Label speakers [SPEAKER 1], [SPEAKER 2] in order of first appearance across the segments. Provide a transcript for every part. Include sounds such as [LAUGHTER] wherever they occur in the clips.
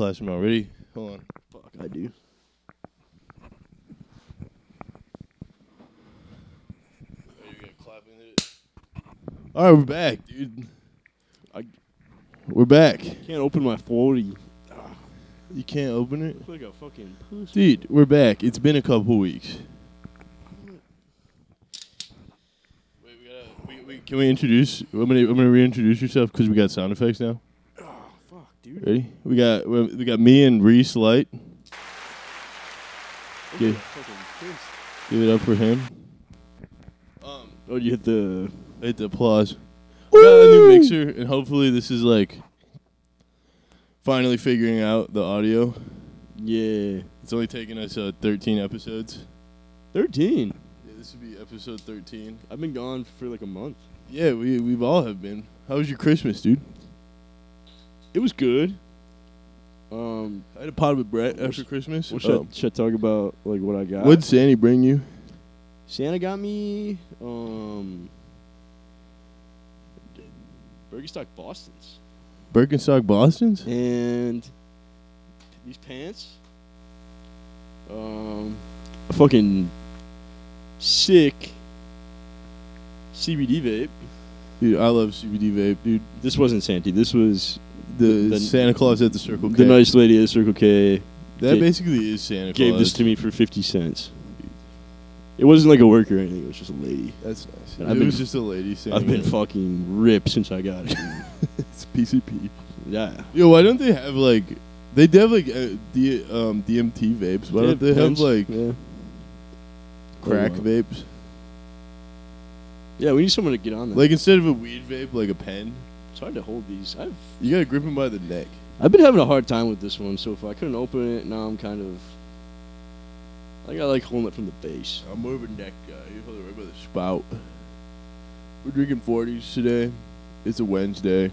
[SPEAKER 1] Flash mail. Ready? Hold on. Fuck, I do. All right, we're back, dude.
[SPEAKER 2] I
[SPEAKER 1] We're back.
[SPEAKER 2] can't open my 40.
[SPEAKER 1] You can't open it,
[SPEAKER 2] Like a fucking pussy.
[SPEAKER 1] dude. We're back. It's been a couple weeks. Wait, we gotta. We, we, can we introduce? I'm gonna. I'm gonna reintroduce yourself because we got sound effects now.
[SPEAKER 2] Oh, fuck, dude.
[SPEAKER 1] Ready? We got. We we got me and Reese Light.
[SPEAKER 2] I'm
[SPEAKER 1] Yeah.
[SPEAKER 2] gonna fucking piss.
[SPEAKER 1] Give it up for him. Um,
[SPEAKER 2] Oh, you hit the.
[SPEAKER 1] hit the applause. We got a new mixer, and hopefully this is like finally figuring out the audio.
[SPEAKER 2] Yeah.
[SPEAKER 1] It's only taken us uh, 13 episodes.
[SPEAKER 2] 13.
[SPEAKER 1] Yeah, this would be episode 13.
[SPEAKER 2] I've been gone for like a month.
[SPEAKER 1] Yeah, we we've all have been. How was your Christmas, dude?
[SPEAKER 2] It was good. Um,
[SPEAKER 1] I had a pod with Brett after Christmas.
[SPEAKER 2] well, should, I, should I talk about like what I got?
[SPEAKER 1] What'd Sandy bring you?
[SPEAKER 2] Santa got me um Birkenstock Boston's
[SPEAKER 1] Birkenstock Boston's?
[SPEAKER 2] and these pants. Um, a fucking sick CBD vape.
[SPEAKER 1] Dude, I love CBD vape, dude.
[SPEAKER 2] This wasn't Santy. This was
[SPEAKER 1] The,
[SPEAKER 2] The-
[SPEAKER 1] Santa Claus at the Circle K.
[SPEAKER 2] the nice lady at Circle K
[SPEAKER 1] that
[SPEAKER 2] gave-
[SPEAKER 1] basically is Santa
[SPEAKER 2] gave
[SPEAKER 1] Claus.
[SPEAKER 2] this to me for fifty cents. It wasn't like a worker or anything. It was just a lady.
[SPEAKER 1] That's nice.
[SPEAKER 2] And
[SPEAKER 1] it
[SPEAKER 2] I've been-
[SPEAKER 1] was just a lady saying
[SPEAKER 2] I've been fucking ripped since I got it.
[SPEAKER 1] [LAUGHS] it's PCP.
[SPEAKER 2] yeah.
[SPEAKER 1] Yo, why don't they have like they do have like uh, D, um, DMT vapes? Why don't they have
[SPEAKER 2] Pens.
[SPEAKER 1] like
[SPEAKER 2] yeah.
[SPEAKER 1] crack
[SPEAKER 2] Oh, wow.
[SPEAKER 1] vapes?
[SPEAKER 2] Yeah, we need someone to get on that.
[SPEAKER 1] Like instead of a weed vape, like a pen.
[SPEAKER 2] it's hard to hold these. I've
[SPEAKER 1] You gotta grip him by the neck.
[SPEAKER 2] I've been having a hard time with this one so far. I couldn't open it. Now I'm kind of like I like holding it from the base.
[SPEAKER 1] I'm more of a neck guy. You hold it right by the spout. We're drinking 40s today. It's a Wednesday.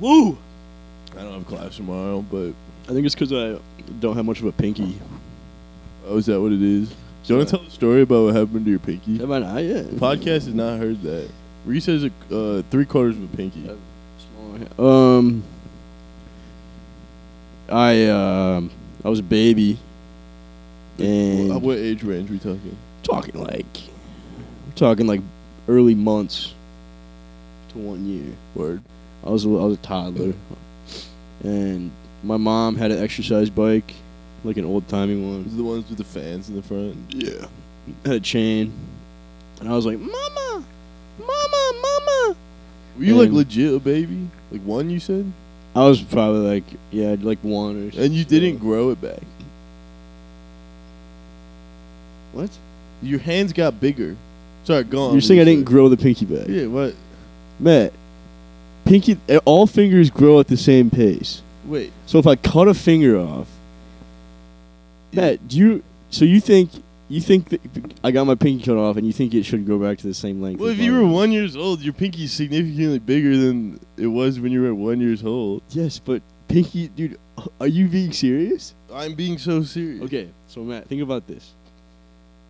[SPEAKER 2] Woo!
[SPEAKER 1] I don't have class tomorrow, but
[SPEAKER 2] I think it's because I don't have much of a pinky.
[SPEAKER 1] oh, is that what it is? Do you want to
[SPEAKER 2] So-
[SPEAKER 1] tell the story about what happened to your pinky?
[SPEAKER 2] Have I not yet?
[SPEAKER 1] The podcast has not heard that. Reese has a uh, three quarters of a pinky.
[SPEAKER 2] Yep. Smaller hand. Um, I um, I was a baby, and
[SPEAKER 1] Wh- What age range we talking?
[SPEAKER 2] talking like talking like early months to one year.
[SPEAKER 1] Word.
[SPEAKER 2] I was a, I was a toddler, and my mom had an exercise bike, like an old timey one.
[SPEAKER 1] Those are the ones with the fans in the front.
[SPEAKER 2] Yeah,
[SPEAKER 1] Mm-hmm.
[SPEAKER 2] had a chain, and I was like, "Mama, mama, mama."
[SPEAKER 1] Were you like
[SPEAKER 2] And-
[SPEAKER 1] legit a baby? Like one, you said,
[SPEAKER 2] I was probably like, yeah, I'd like one or.
[SPEAKER 1] and you
[SPEAKER 2] something.
[SPEAKER 1] didn't grow it back.
[SPEAKER 2] What?
[SPEAKER 1] Your hands got bigger. Sorry, go on.
[SPEAKER 2] You're saying I
[SPEAKER 1] Reese.
[SPEAKER 2] didn't grow the pinky back,
[SPEAKER 1] Yeah. What?
[SPEAKER 2] Matt? Pinky, eh, all fingers grow at the same pace.
[SPEAKER 1] Wait.
[SPEAKER 2] So if I cut a finger off,
[SPEAKER 1] Yeah.
[SPEAKER 2] Matt, do you? So you think you think that I got my pinky cut off, and you think it should go back to the same length?
[SPEAKER 1] Well,
[SPEAKER 2] as
[SPEAKER 1] if you
[SPEAKER 2] mine?
[SPEAKER 1] were one years old, your pinky's significantly bigger than it was when you were one years old.
[SPEAKER 2] Yes, but pinky, dude, are you being serious?
[SPEAKER 1] I'm being so serious.
[SPEAKER 2] Okay, so Matt, think about this.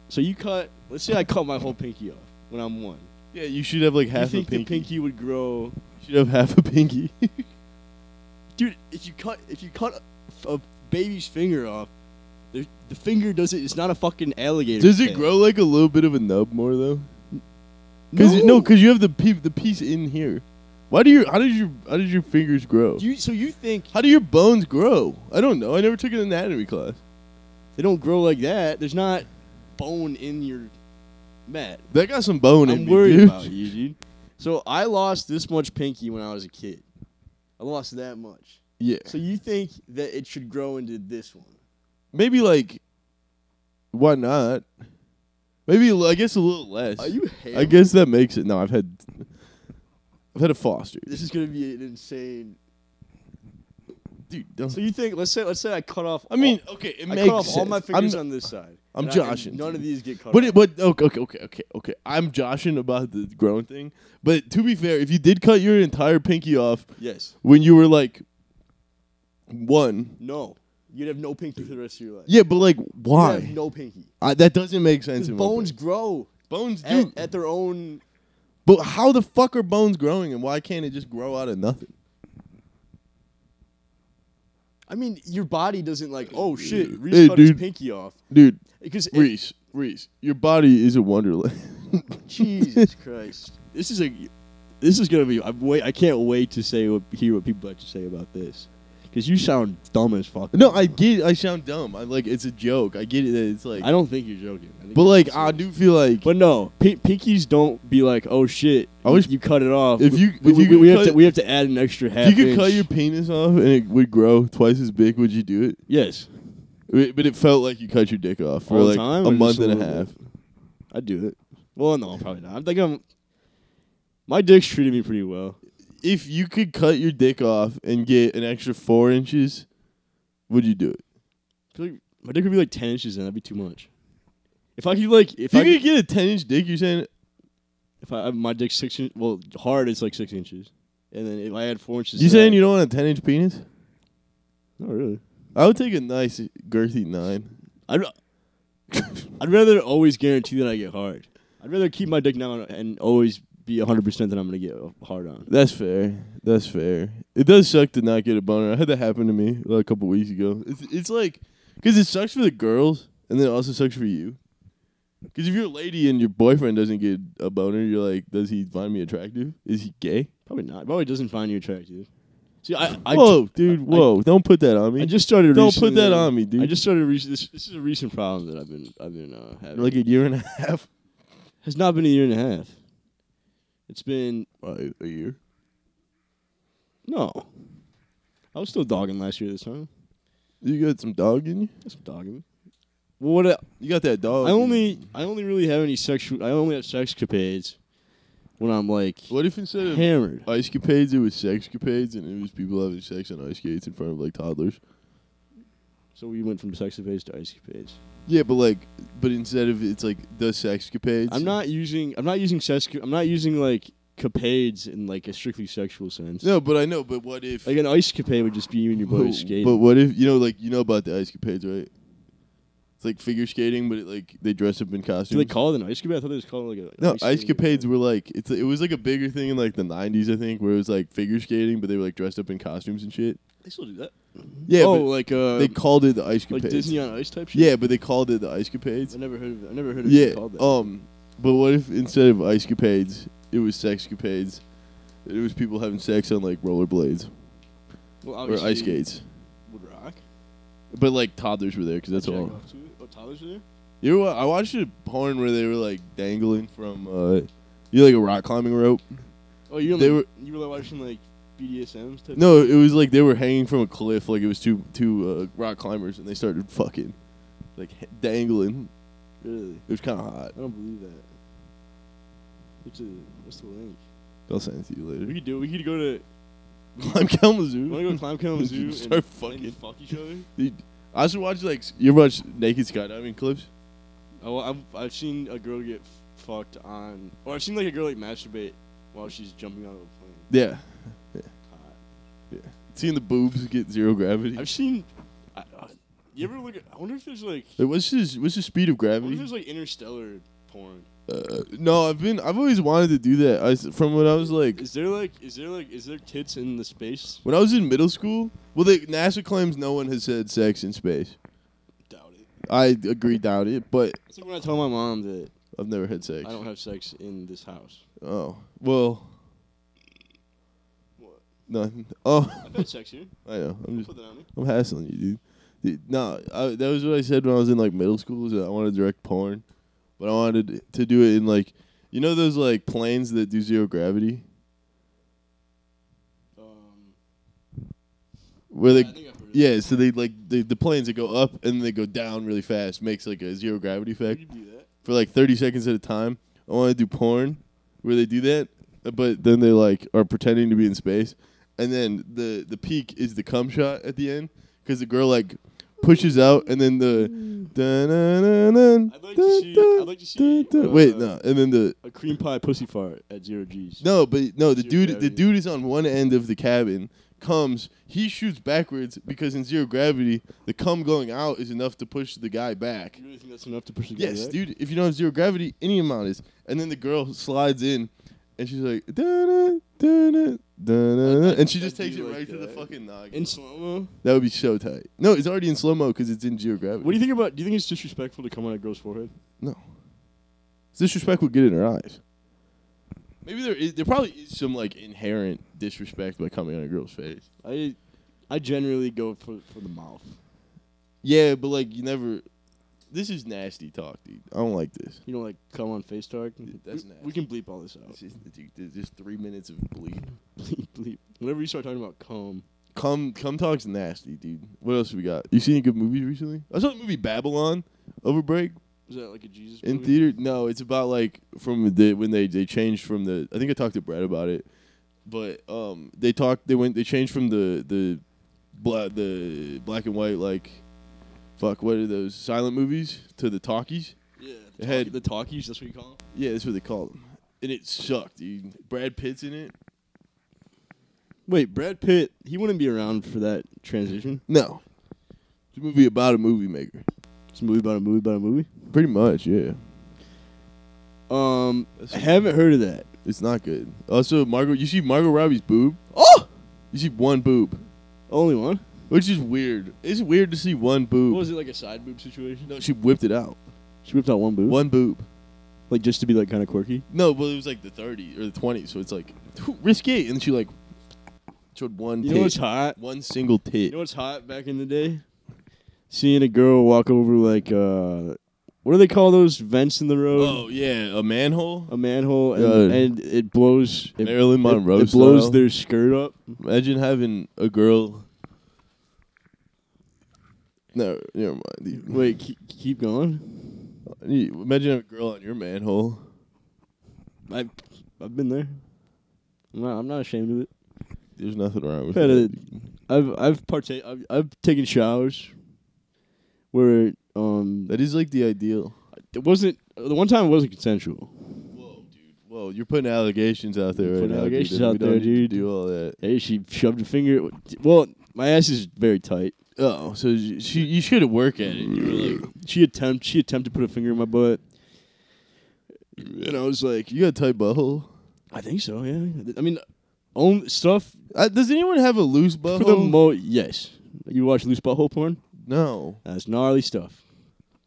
[SPEAKER 2] So you cut. Let's say I cut my whole pinky off when I'm one.
[SPEAKER 1] Yeah, you should have like half
[SPEAKER 2] you think
[SPEAKER 1] a pinky.
[SPEAKER 2] the pinky would grow,
[SPEAKER 1] You should have half a
[SPEAKER 2] [LAUGHS]
[SPEAKER 1] pinky.
[SPEAKER 2] dude? If you cut, if you cut a, a baby's finger off, the, the finger doesn't. It's not a fucking alligator.
[SPEAKER 1] Does it
[SPEAKER 2] tail.
[SPEAKER 1] grow like a little bit of a nub more though? Cause you, no, cause you have the pe- the piece in here. Why do your how did your how did your fingers grow?
[SPEAKER 2] You, so you think
[SPEAKER 1] How do your bones grow? I don't know. I never took an anatomy class.
[SPEAKER 2] they don't grow like that? There's not bone in your Matt.
[SPEAKER 1] That got some bone in
[SPEAKER 2] I'm
[SPEAKER 1] me.
[SPEAKER 2] worried
[SPEAKER 1] dude.
[SPEAKER 2] about you, dude. So I lost this much pinky when I was a kid. I lost that much.
[SPEAKER 1] Yeah.
[SPEAKER 2] So you think that it should grow into this one?
[SPEAKER 1] Maybe like, why not? Maybe l- I guess a little less.
[SPEAKER 2] Are you
[SPEAKER 1] I
[SPEAKER 2] hammered?
[SPEAKER 1] guess that makes it. No, I've had, I've had a foster.
[SPEAKER 2] This is gonna be an insane.
[SPEAKER 1] Dude, don't.
[SPEAKER 2] So you think? Let's say let's say I cut off.
[SPEAKER 1] I mean,
[SPEAKER 2] all,
[SPEAKER 1] okay, it
[SPEAKER 2] I
[SPEAKER 1] makes
[SPEAKER 2] cut off all
[SPEAKER 1] sense.
[SPEAKER 2] my fingers
[SPEAKER 1] I'm,
[SPEAKER 2] on this side.
[SPEAKER 1] I'm
[SPEAKER 2] and I- and
[SPEAKER 1] joshing.
[SPEAKER 2] none of these get cut.
[SPEAKER 1] but
[SPEAKER 2] off.
[SPEAKER 1] it, but okay, okay, okay, okay, okay. I'm joshing about the growing thing. But to be fair, if you did cut your entire pinky off
[SPEAKER 2] yes,
[SPEAKER 1] when you were like one,
[SPEAKER 2] no, you'd have no pinky for the rest of your life.
[SPEAKER 1] yeah, but like
[SPEAKER 2] You'd
[SPEAKER 1] why?
[SPEAKER 2] have no pinky.
[SPEAKER 1] I, that doesn't make sense.
[SPEAKER 2] 'Cause
[SPEAKER 1] in my
[SPEAKER 2] Bones grow
[SPEAKER 1] Bones do.
[SPEAKER 2] at, at their own.
[SPEAKER 1] But how the fuck are bones growing and why can't it just grow out of nothing?
[SPEAKER 2] I mean, your body doesn't like. Oh shit! Reese
[SPEAKER 1] Hey,
[SPEAKER 2] cut
[SPEAKER 1] dude.
[SPEAKER 2] his pinky off
[SPEAKER 1] dude.
[SPEAKER 2] because it-
[SPEAKER 1] Reese, Reese, your body is a wonderland.
[SPEAKER 2] [LAUGHS] Jesus [LAUGHS] Christ! This is a. This is gonna be. I'm wait. I can't wait to say what hear what people have to say about this, because you sound dumb as fuck.
[SPEAKER 1] No, I get. I sound dumb. I like. It's a joke. I get it. that It's like.
[SPEAKER 2] I don't think you're joking. I think
[SPEAKER 1] but
[SPEAKER 2] you're
[SPEAKER 1] like,
[SPEAKER 2] serious.
[SPEAKER 1] I do feel like.
[SPEAKER 2] But no, p- pinkies don't be like, oh shit.
[SPEAKER 1] I wish-
[SPEAKER 2] you cut it off.
[SPEAKER 1] if
[SPEAKER 2] We-
[SPEAKER 1] you-
[SPEAKER 2] we,
[SPEAKER 1] if
[SPEAKER 2] we-
[SPEAKER 1] you could
[SPEAKER 2] we have
[SPEAKER 1] cut-
[SPEAKER 2] to we have to add an extra half.
[SPEAKER 1] if you could
[SPEAKER 2] inch.
[SPEAKER 1] cut your penis off and it would grow twice as big, would you do it?
[SPEAKER 2] yes,
[SPEAKER 1] It- But it felt like you cut your dick off for
[SPEAKER 2] All the
[SPEAKER 1] like
[SPEAKER 2] time
[SPEAKER 1] a
[SPEAKER 2] or just
[SPEAKER 1] month
[SPEAKER 2] a
[SPEAKER 1] and a
[SPEAKER 2] little
[SPEAKER 1] half.
[SPEAKER 2] bit? I'd do it. Well, no, probably not. I think I'm. My dick's treated me pretty well.
[SPEAKER 1] If you could cut your dick off and get an extra four inches, would you do it?
[SPEAKER 2] I feel like my dick would be like ten inches, and that'd be too much. If I could like,
[SPEAKER 1] If
[SPEAKER 2] if
[SPEAKER 1] you
[SPEAKER 2] I could,
[SPEAKER 1] could get a ten inch dick, you're saying
[SPEAKER 2] if I my dick's six inches, well, hard it's like six inches, and then if I had four inches,
[SPEAKER 1] you saying you don't want a ten inch penis?
[SPEAKER 2] don't? Not really.
[SPEAKER 1] I would take a nice girthy nine.
[SPEAKER 2] I'd, [LAUGHS] I'd rather always guarantee that I get hard. I'd rather keep my dick down and always be hundred percent that I'm gonna get uh, hard on.
[SPEAKER 1] That's fair. That's fair. It does suck to not get a boner. I had that happen to me like, a couple weeks ago. It's it's like because it sucks for the girls and then it also sucks for you. Because if you're a lady and your boyfriend doesn't get a boner, you're like, does he find me attractive? Is he gay?
[SPEAKER 2] Probably not. Probably doesn't find you attractive. See, I, I
[SPEAKER 1] whoa, dude,
[SPEAKER 2] I-
[SPEAKER 1] whoa! don't put that on me.
[SPEAKER 2] I just started.
[SPEAKER 1] don't
[SPEAKER 2] recently-
[SPEAKER 1] put that on me, dude.
[SPEAKER 2] I just started. Re- this, this is a recent problem that I've been I've been uh, having.
[SPEAKER 1] like a year
[SPEAKER 2] [LAUGHS]
[SPEAKER 1] and a half.
[SPEAKER 2] has not been a year and a half. It's been
[SPEAKER 1] Uh, a year.
[SPEAKER 2] no. I was still dogging last year this time.
[SPEAKER 1] You got some dog in you.
[SPEAKER 2] That's dogging. Well, what I,
[SPEAKER 1] You got that dog.
[SPEAKER 2] I
[SPEAKER 1] in you.
[SPEAKER 2] only I only really have any sexual I only have sex capades when I'm like
[SPEAKER 1] What if instead of
[SPEAKER 2] hammered.
[SPEAKER 1] ice capades, it was sex capades, and it was people having sex on ice skates in front of like toddlers?
[SPEAKER 2] So we went from sex capades to ice capades.
[SPEAKER 1] Yeah, but like, but instead of it's like the sex capades.
[SPEAKER 2] I'm not using I'm not using sex I'm not using like capades in like a strictly sexual sense.
[SPEAKER 1] No, but I know. But what if?
[SPEAKER 2] Like an ice capade would just be you and your buddy
[SPEAKER 1] but,
[SPEAKER 2] skating.
[SPEAKER 1] but what if you know, like you know about the ice capades, right? It's like figure skating, but it, like they dress up in
[SPEAKER 2] Do
[SPEAKER 1] costumes.
[SPEAKER 2] they call it an ice capade? I thought they was called like a
[SPEAKER 1] No, ice
[SPEAKER 2] skating
[SPEAKER 1] capades were like it's it was like a bigger thing in like the '90s, I think, where it was like figure skating, but they were like dressed up in costumes and shit.
[SPEAKER 2] They still do that.
[SPEAKER 1] Yeah,
[SPEAKER 2] oh,
[SPEAKER 1] but
[SPEAKER 2] like uh,
[SPEAKER 1] they called it the ice
[SPEAKER 2] like
[SPEAKER 1] capades.
[SPEAKER 2] Disney on Ice type shit.
[SPEAKER 1] yeah, but they called it the ice
[SPEAKER 2] I
[SPEAKER 1] capades.
[SPEAKER 2] never heard of it. I never heard of
[SPEAKER 1] Yeah.
[SPEAKER 2] it called that.
[SPEAKER 1] Um, but what if instead of ice capades, it was sex capades? It was people having sex on like rollerblades
[SPEAKER 2] well,
[SPEAKER 1] or
[SPEAKER 2] obviously,
[SPEAKER 1] ice skates.
[SPEAKER 2] Would rock.
[SPEAKER 1] But like toddlers were there because that's
[SPEAKER 2] Jack
[SPEAKER 1] all.
[SPEAKER 2] off to it. Oh, Tyler's there.
[SPEAKER 1] You know what? I watched a porn where they were like dangling from uh, you know, like a rock climbing rope.
[SPEAKER 2] Oh, you
[SPEAKER 1] They
[SPEAKER 2] like, you were like watching like BDSMs type.
[SPEAKER 1] No, it was like they were hanging from a cliff, like it was two two uh, rock climbers, and they started fucking, like h- dangling.
[SPEAKER 2] really.
[SPEAKER 1] It was kind of hot.
[SPEAKER 2] I don't believe that. What's the What's the link?
[SPEAKER 1] I'll send it to you
[SPEAKER 2] We
[SPEAKER 1] later.
[SPEAKER 2] could do. it. We could go to.
[SPEAKER 1] Climb Kalamazoo.
[SPEAKER 2] Want to go to
[SPEAKER 1] [LAUGHS]
[SPEAKER 2] Climb Kalamazoo and
[SPEAKER 1] Just start
[SPEAKER 2] and
[SPEAKER 1] fucking.
[SPEAKER 2] fuck each other?
[SPEAKER 1] Dude, I also watch like s- you ever watch naked skydiving clips?
[SPEAKER 2] [LAUGHS] Oh, I've I've seen a girl get f- fucked on, or I've seen like a girl like masturbate while she's jumping out of a plane.
[SPEAKER 1] Yeah,
[SPEAKER 2] Hot.
[SPEAKER 1] seeing the boobs get zero gravity.
[SPEAKER 2] I've seen. I, I, you ever look at? I wonder if there's like.
[SPEAKER 1] Like, what's his what's the speed of
[SPEAKER 2] I wonder if
[SPEAKER 1] gravity?
[SPEAKER 2] there's like interstellar porn.
[SPEAKER 1] Uh, no, I've been I've always wanted to do that. I s from when I was like
[SPEAKER 2] Is there like? Is there like? Is there tits in the space?
[SPEAKER 1] when I was in middle school. Well, they, NASA claims no one has had sex in space.
[SPEAKER 2] Doubt it.
[SPEAKER 1] I agree, doubt it, but
[SPEAKER 2] It's like when I tell my mom that
[SPEAKER 1] I've never had sex.
[SPEAKER 2] I don't have sex in this house.
[SPEAKER 1] Oh well,
[SPEAKER 2] What?
[SPEAKER 1] none. Oh, [LAUGHS]
[SPEAKER 2] I've had sex here.
[SPEAKER 1] I know. I'm just
[SPEAKER 2] Put that on me.
[SPEAKER 1] I'm hassling you, dude. Dude, No, I, that was what I said when I was in like middle school. Is that I wanted to direct porn, but I wanted to do it in like, you know, those like planes that do zero gravity,
[SPEAKER 2] Um,
[SPEAKER 1] where
[SPEAKER 2] I
[SPEAKER 1] they,
[SPEAKER 2] think I've heard of that.
[SPEAKER 1] yeah. So they like the the planes that go up and they go down really fast makes like a zero gravity effect.
[SPEAKER 2] You can do that.
[SPEAKER 1] for like 30 seconds at a time. I want to do porn where they do that, but then they like are pretending to be in space, and then the the peak is the cum shot at the end because the girl like pushes out, and then the dun-dun-dun-dun,
[SPEAKER 2] I'd like to see-
[SPEAKER 1] dun-dun,
[SPEAKER 2] I'd like to see,
[SPEAKER 1] dun-dun. wait
[SPEAKER 2] uh,
[SPEAKER 1] no, and then the
[SPEAKER 2] A cream pie pussy fart at zero G's.
[SPEAKER 1] no, but no, the
[SPEAKER 2] Zero
[SPEAKER 1] dude, the
[SPEAKER 2] gravity.
[SPEAKER 1] dude is on one end of the cabin. Comes, he shoots backwards because in zero gravity, the cum going out is enough to push the guy back.
[SPEAKER 2] You really think that's enough to push the guy
[SPEAKER 1] Yes,
[SPEAKER 2] back?
[SPEAKER 1] dude. If you don't have zero gravity, any amount is. And then the girl slides in, and she's like, "Da-na, da-na, da-na-na," and she just
[SPEAKER 2] That'd
[SPEAKER 1] takes
[SPEAKER 2] be
[SPEAKER 1] it
[SPEAKER 2] like
[SPEAKER 1] right to the
[SPEAKER 2] that.
[SPEAKER 1] fucking noggin.
[SPEAKER 2] in slow mo.
[SPEAKER 1] that would be so tight. No, it's already in slow mo because it's in geo gravity.
[SPEAKER 2] What do you think about? Do you think it's disrespectful to come on a girl's forehead?
[SPEAKER 1] disrespect would get in her eyes. Maybe there is, there probably is some like inherent disrespect by coming on a girl's face.
[SPEAKER 2] I, I generally go for for the mouth.
[SPEAKER 1] Yeah, but like you never. This is nasty talk, dude. I don't like this.
[SPEAKER 2] You know, like come on face talk.
[SPEAKER 1] That's
[SPEAKER 2] we,
[SPEAKER 1] nasty.
[SPEAKER 2] we can bleep all this out.
[SPEAKER 1] It's just, dude, there's just three minutes of bleed.
[SPEAKER 2] [LAUGHS] bleep bleep. Whenever you start talking about cum,
[SPEAKER 1] Come, come talks nasty, dude. What else we got? You seen any good movies recently? I saw the movie Babylon over break
[SPEAKER 2] is that like a Jesus?
[SPEAKER 1] in
[SPEAKER 2] movie?
[SPEAKER 1] theater. No, it's about like from the when they they changed from the. I think I talked to Brad about it, but um, they talked. They went. They changed from the the black the black and white like, fuck. What are those silent movies to the talkies?
[SPEAKER 2] Yeah,
[SPEAKER 1] It
[SPEAKER 2] the,
[SPEAKER 1] had-
[SPEAKER 2] talkie, the talkies. That's what you call them.
[SPEAKER 1] Yeah, that's what they call them. And it sucked, dude. Brad Pitt's in it.
[SPEAKER 2] Wait, Brad Pitt. He wouldn't be around for that transition.
[SPEAKER 1] No, it's a movie about a movie maker.
[SPEAKER 2] It's a movie about a movie about a movie.
[SPEAKER 1] Pretty much, yeah.
[SPEAKER 2] Um,
[SPEAKER 1] That's-
[SPEAKER 2] I haven't heard of that.
[SPEAKER 1] It's not good. Also, Margot, you see Margot Robbie's boob. Oh, you see one boob,
[SPEAKER 2] Only one.
[SPEAKER 1] which is weird. It's weird to see one boob.
[SPEAKER 2] What was it like a side boob situation?
[SPEAKER 1] No, she whipped it out.
[SPEAKER 2] She whipped out one boob.
[SPEAKER 1] One boob.
[SPEAKER 2] Like just to be like kind of quirky.
[SPEAKER 1] No, but it was like the 30s or the 20s, so it's like too risky. And she like showed one
[SPEAKER 2] You
[SPEAKER 1] tit.
[SPEAKER 2] know what's hot?
[SPEAKER 1] one single
[SPEAKER 2] You
[SPEAKER 1] tit.
[SPEAKER 2] know what's hot back in the day? Seeing a girl walk over like uh, what do they call those vents in the road?
[SPEAKER 1] oh yeah, a manhole.
[SPEAKER 2] a manhole and,
[SPEAKER 1] Yeah.
[SPEAKER 2] and it blows it,
[SPEAKER 1] Marilyn
[SPEAKER 2] it-
[SPEAKER 1] Monroe.
[SPEAKER 2] It, blows
[SPEAKER 1] style.
[SPEAKER 2] their skirt up.
[SPEAKER 1] Imagine having a girl. No, never mind. dude.
[SPEAKER 2] Wait, keep, keep going.
[SPEAKER 1] You- Imagine having a girl on your manhole.
[SPEAKER 2] I've I've been there. I'm not, I'm not ashamed of it.
[SPEAKER 1] There's nothing wrong with
[SPEAKER 2] Had
[SPEAKER 1] that.
[SPEAKER 2] I've I've partake I've, I've taken showers where um
[SPEAKER 1] That is like the ideal.
[SPEAKER 2] it wasn't the one time it wasn't consensual.
[SPEAKER 1] Whoa, dude. Whoa, you're putting allegations out there
[SPEAKER 2] You're
[SPEAKER 1] right
[SPEAKER 2] putting
[SPEAKER 1] now.
[SPEAKER 2] allegations
[SPEAKER 1] dude, and
[SPEAKER 2] out
[SPEAKER 1] we don't
[SPEAKER 2] there,
[SPEAKER 1] need to
[SPEAKER 2] dude.
[SPEAKER 1] Do all that.
[SPEAKER 2] Hey, she shoved a finger. Well, my ass is very tight.
[SPEAKER 1] Oh, so you- she you should have worked at it. You were like,
[SPEAKER 2] She attempt she attempted to put a finger in my butt, and I was like,
[SPEAKER 1] you got a tight butthole.
[SPEAKER 2] I think so. Yeah, I mean, own stuff
[SPEAKER 1] Uh, does anyone have a loose butthole?
[SPEAKER 2] for the mo. Yes, you watch loose butthole porn.
[SPEAKER 1] no.
[SPEAKER 2] That's gnarly stuff.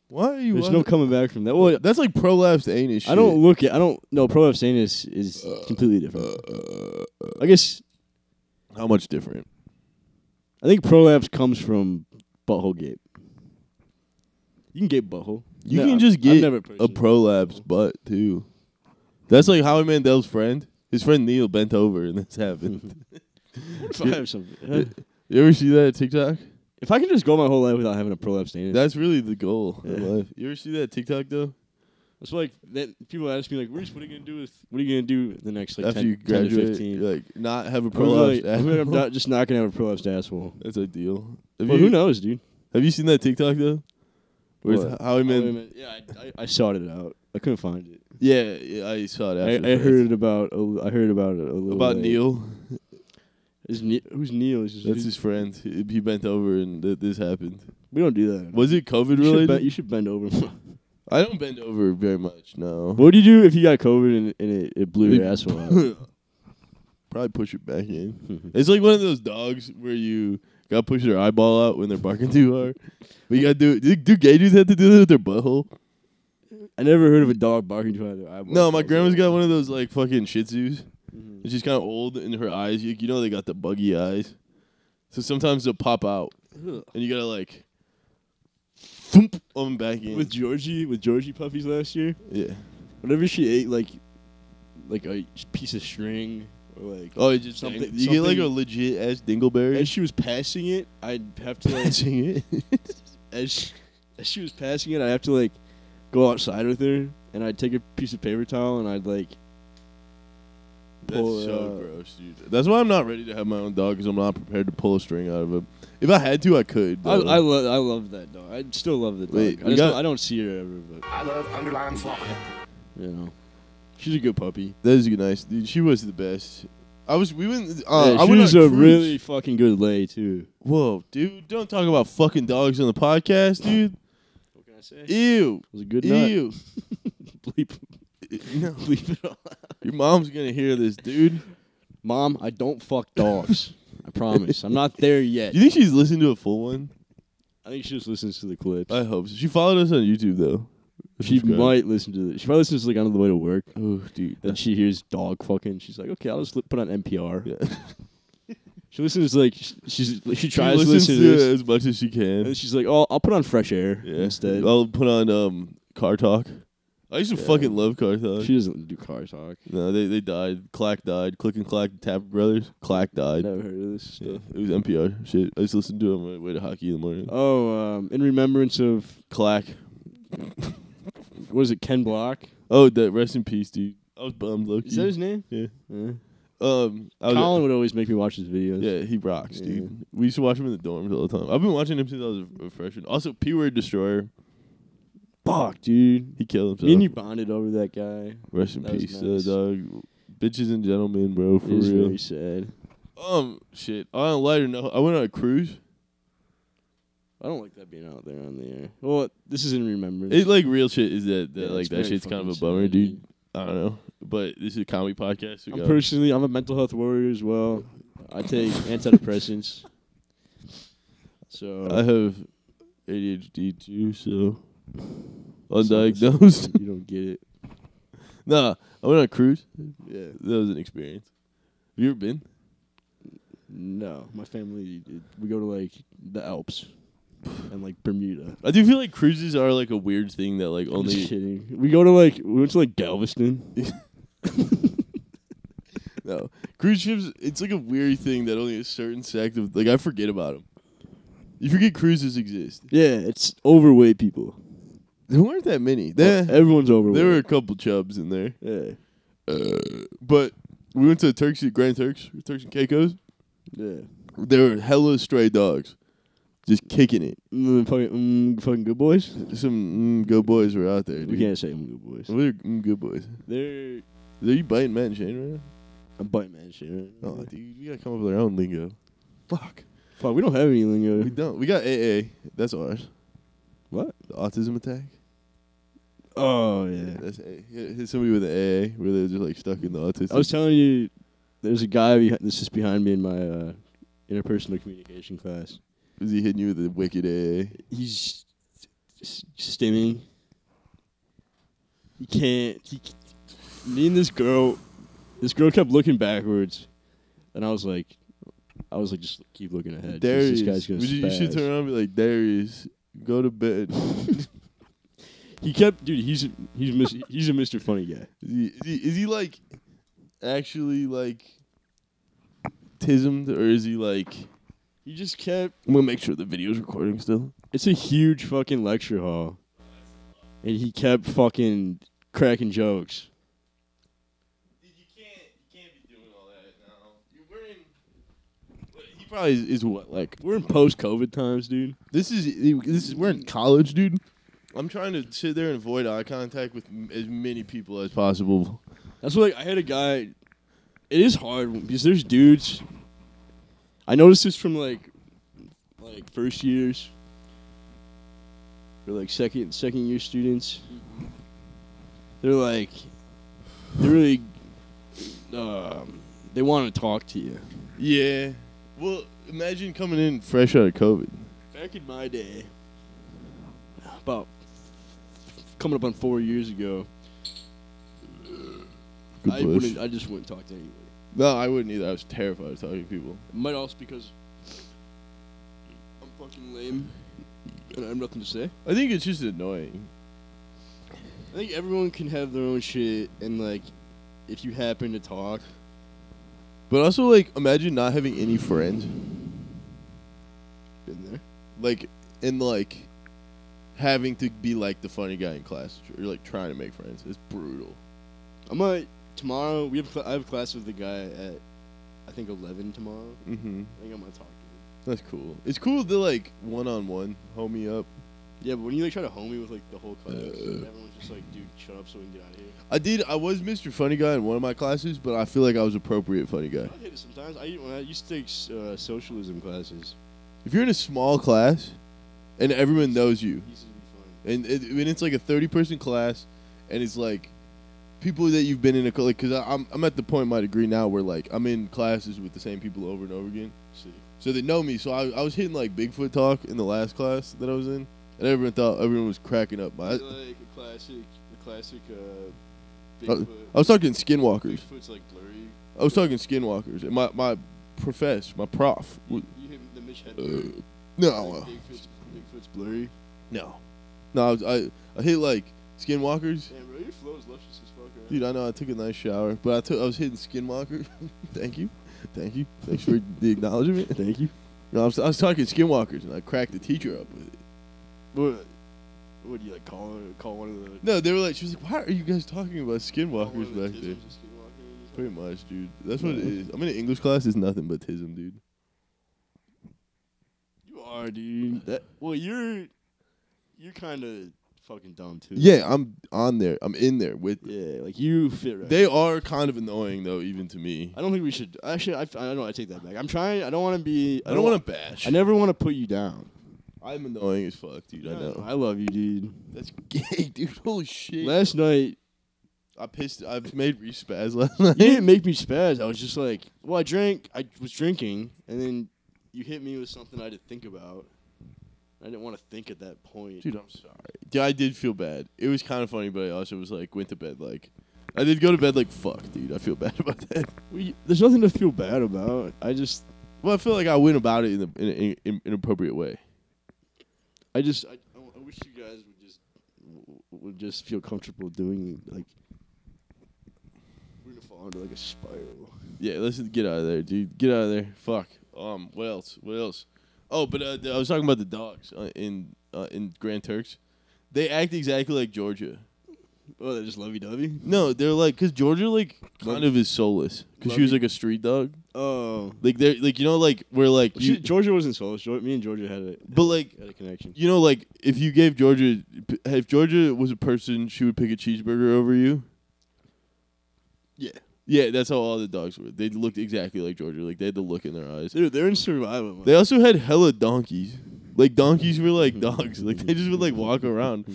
[SPEAKER 1] Why are you?
[SPEAKER 2] There's
[SPEAKER 1] wa-
[SPEAKER 2] no coming back from that. Well,
[SPEAKER 1] That's like prolapsed anus. Shit. Uh,
[SPEAKER 2] I don't look at. I don't. No, prolapse anus is completely different. I guess
[SPEAKER 1] How much different?
[SPEAKER 2] I think prolapse comes from butthole gape. You can gape butthole.
[SPEAKER 1] You
[SPEAKER 2] No,
[SPEAKER 1] can
[SPEAKER 2] I've-
[SPEAKER 1] just
[SPEAKER 2] I've
[SPEAKER 1] get
[SPEAKER 2] never
[SPEAKER 1] a
[SPEAKER 2] personally-
[SPEAKER 1] prolapse butt too. That's like Howie Mandel's friend. His friend Neil bent over and this
[SPEAKER 2] [LAUGHS]
[SPEAKER 1] happened.
[SPEAKER 2] What if I
[SPEAKER 1] [LAUGHS]
[SPEAKER 2] have something?
[SPEAKER 1] you ever see that TikTok?
[SPEAKER 2] If I can just go my whole life without having a prolapse anus,
[SPEAKER 1] That's really the goal
[SPEAKER 2] Yeah.
[SPEAKER 1] in life. You ever see that TikTok though?
[SPEAKER 2] It's like that people ask me like, Reese, what are you gonna do with what are you gonna do the next like
[SPEAKER 1] After
[SPEAKER 2] 10,
[SPEAKER 1] you
[SPEAKER 2] 10 to
[SPEAKER 1] graduate,
[SPEAKER 2] fifteen?
[SPEAKER 1] you're like not have a
[SPEAKER 2] I'm, gonna,
[SPEAKER 1] prolapse.
[SPEAKER 2] like, I'm, gonna- I'm
[SPEAKER 1] asshole.
[SPEAKER 2] not, just not gonna have a prolapsed asshole.
[SPEAKER 1] [LAUGHS] That's ideal. Have
[SPEAKER 2] Well,
[SPEAKER 1] you,
[SPEAKER 2] who knows, dude?
[SPEAKER 1] Have you seen that TikTok though? Where it's Howie
[SPEAKER 2] What? Oh, wait a
[SPEAKER 1] Mandel?
[SPEAKER 2] minute. yeah, I, I, I sorted it out. I couldn't find it.
[SPEAKER 1] Yeah, yeah, I saw it. After
[SPEAKER 2] I, I
[SPEAKER 1] the fact.
[SPEAKER 2] heard about a, I heard about it a little
[SPEAKER 1] about
[SPEAKER 2] late.
[SPEAKER 1] Neil.
[SPEAKER 2] Is ne- who's Neil? Is
[SPEAKER 1] That's his friend. He he bent over and th- this happened.
[SPEAKER 2] we don't do that.
[SPEAKER 1] Was it COVID
[SPEAKER 2] you, should
[SPEAKER 1] related?
[SPEAKER 2] bend, you should bend over. more.
[SPEAKER 1] I don't bend over very much. No. [LAUGHS]
[SPEAKER 2] what would you do if you got COVID and, and it, it blew
[SPEAKER 1] It-
[SPEAKER 2] your
[SPEAKER 1] [LAUGHS]
[SPEAKER 2] asshole out?
[SPEAKER 1] Probably push it back
[SPEAKER 2] [LAUGHS]
[SPEAKER 1] in. it's like one of those dogs where you gotta push their eyeball out when they're barking too hard. But you gotta do it. Do, do gay dudes have to do that with their butthole?
[SPEAKER 2] I never heard of a dog barking to their eyeball.
[SPEAKER 1] No, my grandma's got one of those like fucking Shih Tzus. And she's kind of old, and her eyes, you, you know, they got the buggy eyes. So sometimes they'll pop out,
[SPEAKER 2] Ugh.
[SPEAKER 1] and you gotta like, thump them back in.
[SPEAKER 2] with Georgie with Georgie puppies last year.
[SPEAKER 1] yeah.
[SPEAKER 2] Whenever she ate like like a piece of string or like
[SPEAKER 1] Oh, it's just something.
[SPEAKER 2] Something-
[SPEAKER 1] you get like a
[SPEAKER 2] something-
[SPEAKER 1] legit ass dingleberry. [LAUGHS]
[SPEAKER 2] as she was passing it, I'd have to like
[SPEAKER 1] Touching it.
[SPEAKER 2] as she, as she was passing it, I'd have to like go outside with her and I'd take a piece of paper towel and I'd like
[SPEAKER 1] That's
[SPEAKER 2] pull it
[SPEAKER 1] so
[SPEAKER 2] out.
[SPEAKER 1] gross, dude. That's why I'm not ready to have my own dog because I'm not prepared to pull a string out of him. If I had to, I could.
[SPEAKER 2] I,
[SPEAKER 1] though.
[SPEAKER 2] I love I love that dog. I still love the dog.
[SPEAKER 1] Wait,
[SPEAKER 2] I,
[SPEAKER 1] we
[SPEAKER 2] just
[SPEAKER 1] got-
[SPEAKER 2] don't, I don't see her ever, but
[SPEAKER 3] I love underlying slobber.
[SPEAKER 2] you know, she's a good puppy.
[SPEAKER 1] that is nice, dude. She was the best. I was. We went. Uh,
[SPEAKER 2] Yeah,
[SPEAKER 1] I
[SPEAKER 2] she
[SPEAKER 1] went
[SPEAKER 2] was
[SPEAKER 1] on
[SPEAKER 2] a
[SPEAKER 1] cruise.
[SPEAKER 2] really fucking good lay too.
[SPEAKER 1] Whoa, dude! Don't talk about fucking dogs on the podcast, dude.
[SPEAKER 2] What can I say? It
[SPEAKER 1] Ew.
[SPEAKER 2] was a good night.
[SPEAKER 1] Ew.
[SPEAKER 2] [LAUGHS] Bleep. [LAUGHS]
[SPEAKER 1] No.
[SPEAKER 2] Leave it all.
[SPEAKER 1] Your mom's gonna hear this, dude.
[SPEAKER 2] Mom, I don't fuck
[SPEAKER 1] [LAUGHS]
[SPEAKER 2] dogs. I promise. I'm not there yet.
[SPEAKER 1] You think she's listened to a full one?
[SPEAKER 2] I think she just listens to the clips.
[SPEAKER 1] I hope so. She followed us on YouTube though.
[SPEAKER 2] she
[SPEAKER 1] Subscribe.
[SPEAKER 2] might listen to it. She probably listens like on the way to work.
[SPEAKER 1] Oh, dude.
[SPEAKER 2] Then she hears dog fucking. She's like, okay, I'll just li- put on NPR.
[SPEAKER 1] Yeah.
[SPEAKER 2] [LAUGHS] She listens like sh- she's she tries
[SPEAKER 1] she
[SPEAKER 2] to
[SPEAKER 1] listens
[SPEAKER 2] listen to this,
[SPEAKER 1] it as much as she
[SPEAKER 2] and then
[SPEAKER 1] can.
[SPEAKER 2] she's like, oh, I'll put on Fresh Air
[SPEAKER 1] Yeah.
[SPEAKER 2] instead.
[SPEAKER 1] I'll put on um Car Talk. I used to
[SPEAKER 2] Yeah.
[SPEAKER 1] fucking love Car Talk.
[SPEAKER 2] She doesn't do car talk.
[SPEAKER 1] no, they they died. Clack died. Click and Clack Tap Brothers. Clack
[SPEAKER 2] I
[SPEAKER 1] died.
[SPEAKER 2] never heard of this stuff.
[SPEAKER 1] Yeah, it was NPR shit. I used to listen to it on my way to hockey in the morning.
[SPEAKER 2] Oh, um, in remembrance of [LAUGHS]
[SPEAKER 1] Clack.
[SPEAKER 2] what is it, Ken Block?
[SPEAKER 1] Oh, that rest in peace, dude. I was bummed, Loki.
[SPEAKER 2] Is that his name?
[SPEAKER 1] Yeah.
[SPEAKER 2] Yeah.
[SPEAKER 1] Um, I was
[SPEAKER 2] Colin would always make me watch his videos.
[SPEAKER 1] Yeah, he rocks,
[SPEAKER 2] Yeah.
[SPEAKER 1] dude. We used to watch him in the dorms all the time. I've been watching him since I was a- a freshman. Also, P Word Destroyer,
[SPEAKER 2] Fuck, dude.
[SPEAKER 1] he killed
[SPEAKER 2] Me and you
[SPEAKER 1] himself.
[SPEAKER 2] bonded over that guy.
[SPEAKER 1] Rest in
[SPEAKER 2] that was
[SPEAKER 1] peace,
[SPEAKER 2] nice.
[SPEAKER 1] uh, dog. Bitches and gentlemen, bro, for
[SPEAKER 2] It was
[SPEAKER 1] real.
[SPEAKER 2] very sad.
[SPEAKER 1] Um, shit. On a lighter note, I went on a cruise.
[SPEAKER 2] I don't like that being out there on the air. Well, this is in remembrance.
[SPEAKER 1] It like real shit is that, that
[SPEAKER 2] Yeah,
[SPEAKER 1] like
[SPEAKER 2] it's
[SPEAKER 1] that
[SPEAKER 2] very
[SPEAKER 1] shit's kind of a
[SPEAKER 2] fucking
[SPEAKER 1] bummer,
[SPEAKER 2] sad,
[SPEAKER 1] dude. I don't know, but this is a comedy podcast. So
[SPEAKER 2] I'm personally, I'm a mental health warrior as well. I [LAUGHS] take antidepressants. So
[SPEAKER 1] I have ADHD too, so
[SPEAKER 2] it's not the same.
[SPEAKER 1] undiagnosed.
[SPEAKER 2] you don't get it.
[SPEAKER 1] nah, I went on a cruise.
[SPEAKER 2] Yeah.
[SPEAKER 1] That was an experience. Have you ever been?
[SPEAKER 2] No, my family it- we go to like the
[SPEAKER 1] [SIGHS]
[SPEAKER 2] Alps and like Bermuda.
[SPEAKER 1] I do feel like cruises are like a weird thing that like
[SPEAKER 2] I'm just
[SPEAKER 1] only
[SPEAKER 2] kidding. We go to like we went to like Galveston.
[SPEAKER 1] [LAUGHS] no cruise ships. It's like a weird thing that only a certain sect of like I forget about them. You forget cruises exist.
[SPEAKER 2] Yeah, it's overweight people.
[SPEAKER 1] There weren't that many. There,
[SPEAKER 2] Everyone's overweight.
[SPEAKER 1] there were a couple chubs in there.
[SPEAKER 2] yeah,
[SPEAKER 1] But we went to Turks Grand Turks, Turks and Caicos.
[SPEAKER 2] yeah.
[SPEAKER 1] There were hella stray dogs, just kicking it.
[SPEAKER 2] Mm, fucking, mm, fucking good boys.
[SPEAKER 1] Some mm, good boys were out there.
[SPEAKER 2] We
[SPEAKER 1] dude.
[SPEAKER 2] can't say mm, good boys.
[SPEAKER 1] What are mm, good boys?
[SPEAKER 2] They're
[SPEAKER 1] Are you biting Matt and Shane right
[SPEAKER 2] a bite man shit. Right?
[SPEAKER 1] now? Oh, dude, we gotta come up with our own lingo. Fuck.
[SPEAKER 2] Fuck, we don't have any
[SPEAKER 1] [LAUGHS]
[SPEAKER 2] lingo.
[SPEAKER 1] We don't. We got AA. That's ours.
[SPEAKER 2] What?
[SPEAKER 1] The autism attack.
[SPEAKER 2] Oh yeah.
[SPEAKER 1] That's A. Yeah, hit somebody with an AA where they're just like stuck in the autism.
[SPEAKER 2] I was telling you, there's a guy behind, that's just behind me in my uh, interpersonal communication class.
[SPEAKER 1] Is he hitting you with a wicked AA?
[SPEAKER 2] he's s- stimming. He can't. He, c- me and this girl, this girl kept looking backwards, and I was like, I was like, just keep looking ahead. 'cause
[SPEAKER 1] Darius.
[SPEAKER 2] This guy's gonna
[SPEAKER 1] Would you, you should
[SPEAKER 2] spaz.
[SPEAKER 1] turn around and be like, Darius, go to
[SPEAKER 2] [LAUGHS]
[SPEAKER 1] bed.
[SPEAKER 2] He kept, dude. He's he's mis- he's a Mr. Funny guy.
[SPEAKER 1] Is he, is he is he like actually like tismed or is he like
[SPEAKER 2] He just kept.
[SPEAKER 1] I'm gonna make sure the video's recording still.
[SPEAKER 2] It's a huge fucking lecture hall, and he kept fucking cracking jokes.
[SPEAKER 1] You can't you can't be doing all that now. You're wearing he probably is, is what like
[SPEAKER 2] We're in post-COVID times, dude.
[SPEAKER 1] this is this is we're in college, dude. I'm trying to sit there and avoid eye contact with m- as many people as possible.
[SPEAKER 2] That's what like, I had a guy. It is hard because there's dudes. I noticed this from like, like first years, or like second second year students. They're like, they really, um, they want to talk to you.
[SPEAKER 1] Yeah. Well, imagine coming in fresh out of COVID.
[SPEAKER 2] Back in my day, about coming up on four years ago,
[SPEAKER 1] Good
[SPEAKER 2] I
[SPEAKER 1] push.
[SPEAKER 2] wouldn't. I just wouldn't talk to anybody.
[SPEAKER 1] No, I wouldn't either. I was terrified of talking to people.
[SPEAKER 2] It might also because I'm fucking lame and I have nothing to say.
[SPEAKER 1] I think it's just annoying.
[SPEAKER 2] I think everyone can have their own shit and like if you happen to talk.
[SPEAKER 1] But also, like, imagine not having any friends.
[SPEAKER 2] Been there.
[SPEAKER 1] Like, and, like, having to be, like, the funny guy in class. Or, like, trying to make friends. It's brutal.
[SPEAKER 2] I might tomorrow we have cl- I have class with the guy at I think eleven tomorrow.
[SPEAKER 1] Mm-hmm.
[SPEAKER 2] I think I'm gonna talk to
[SPEAKER 1] That's cool. It's cool to, like, one on one, homie up.
[SPEAKER 2] him. Yeah, but when you like try to home me with like the whole class,
[SPEAKER 1] Uh.
[SPEAKER 2] everyone's just like, dude, shut up so we can get out of here.
[SPEAKER 1] I did, I was Mr. Funny Guy in one of my classes, but I feel like I was appropriate funny guy.
[SPEAKER 2] I hate it sometimes. I when I used to take uh, socialism classes.
[SPEAKER 1] If you're in a small class and everyone knows you,
[SPEAKER 2] It used to be fun.
[SPEAKER 1] and it, when it's like a 30 person class and it's like people that you've been in a cl- like because I'm I'm at the point in my degree now where like I'm in classes with the same people over and over again,
[SPEAKER 2] See.
[SPEAKER 1] so they know me. So I I was hitting like Bigfoot talk in the last class that I was in, and everyone thought everyone was cracking up. I,
[SPEAKER 2] like a classic, the classic uh,
[SPEAKER 1] Oh,
[SPEAKER 2] Bigfoot.
[SPEAKER 1] I was talking skinwalkers.
[SPEAKER 2] Bigfoot's like blurry.
[SPEAKER 1] I was talking skinwalkers, and my my profess, my prof.
[SPEAKER 2] You,
[SPEAKER 1] w-
[SPEAKER 2] you hit the Mitch Hedberg. like,
[SPEAKER 1] Uh, no, uh,
[SPEAKER 2] Bigfoot's, Bigfoot's blurry.
[SPEAKER 1] no, no. I, was, I I hit like skinwalkers.
[SPEAKER 2] Damn, bro, your flow is luscious as fuck. Right?
[SPEAKER 1] Dude, I know I took a nice shower, but I took I was hitting Skinwalker. [LAUGHS] Thank you, thank you, thanks for the acknowledgement. [LAUGHS]
[SPEAKER 2] Thank you.
[SPEAKER 1] No, I was, I was talking Skinwalkers, and I cracked the teacher up with it.
[SPEAKER 2] What? What do you like call call one of the?
[SPEAKER 1] No, they were like, she was like, "Why are you guys talking about
[SPEAKER 2] call one
[SPEAKER 1] Skinwalkers
[SPEAKER 2] of the
[SPEAKER 1] back there?"
[SPEAKER 2] tisms a skinwalker or
[SPEAKER 1] Pretty
[SPEAKER 2] something?
[SPEAKER 1] much, dude. That's what it
[SPEAKER 2] No.
[SPEAKER 1] is. I'm in an English class. It's nothing but tism, dude.
[SPEAKER 2] You are, dude. That, well, you're you're kind of fucking dumb too.
[SPEAKER 1] Yeah, I'm on there. I'm in there with.
[SPEAKER 2] Yeah, like you fit right.
[SPEAKER 1] They are kind of annoying though, even to me.
[SPEAKER 2] I don't think we should. Actually, I, I don't know. I take that back. I'm trying. I don't want to be.
[SPEAKER 1] I don't want to bash.
[SPEAKER 2] I never want to put you down.
[SPEAKER 1] I'm annoying as fuck, dude. I know.
[SPEAKER 2] I love you, dude.
[SPEAKER 1] [LAUGHS] That's gay, dude. Holy shit.
[SPEAKER 2] Last night,
[SPEAKER 1] I pissed. I made Reese spaz last night.
[SPEAKER 2] you
[SPEAKER 1] [LAUGHS]
[SPEAKER 2] didn't make me spaz. I was just like, well, I drank. I was drinking, and then you hit me with something I didn't think about. I didn't want to think at that point.
[SPEAKER 1] Dude, I'm sorry. Dude, I did feel bad. It was kind of funny, but I also was like, went to bed like, I did go to bed like, fuck, dude. I feel [LAUGHS] bad about that.
[SPEAKER 2] We, there's nothing to feel bad about. I just,
[SPEAKER 1] Well, I feel like I went about it in, the, in an in, inappropriate way.
[SPEAKER 2] I just, I, I wish you guys would just, w- would just feel comfortable doing like. We're gonna fall into like a spiral.
[SPEAKER 1] Yeah, let's get out of there, dude. Get out of there. Fuck. Um, what else? What else? Oh, but uh, I was talking about the dogs uh, in uh, in Grand Turks. They act exactly like Georgia.
[SPEAKER 2] Oh, they're just lovey dovey.
[SPEAKER 1] No, they're like, cause Georgia like kind of is soulless, cause she was like a street dog.
[SPEAKER 2] Oh,
[SPEAKER 1] Like they're like you know like we're like
[SPEAKER 2] She-
[SPEAKER 1] you,
[SPEAKER 2] Georgia wasn't soulless. Geor- Me and Georgia had a
[SPEAKER 1] but like
[SPEAKER 2] had a connection.
[SPEAKER 1] you know like if you gave Georgia if Georgia was a person, she would pick a cheeseburger over you.
[SPEAKER 2] Yeah,
[SPEAKER 1] Yeah, that's how all the dogs were. They looked exactly like Georgia. Like they had the look in their eyes.
[SPEAKER 2] dude, they're in survival mode.
[SPEAKER 1] They also had hella donkeys. Like donkeys were like dogs. Like they just would like walk around.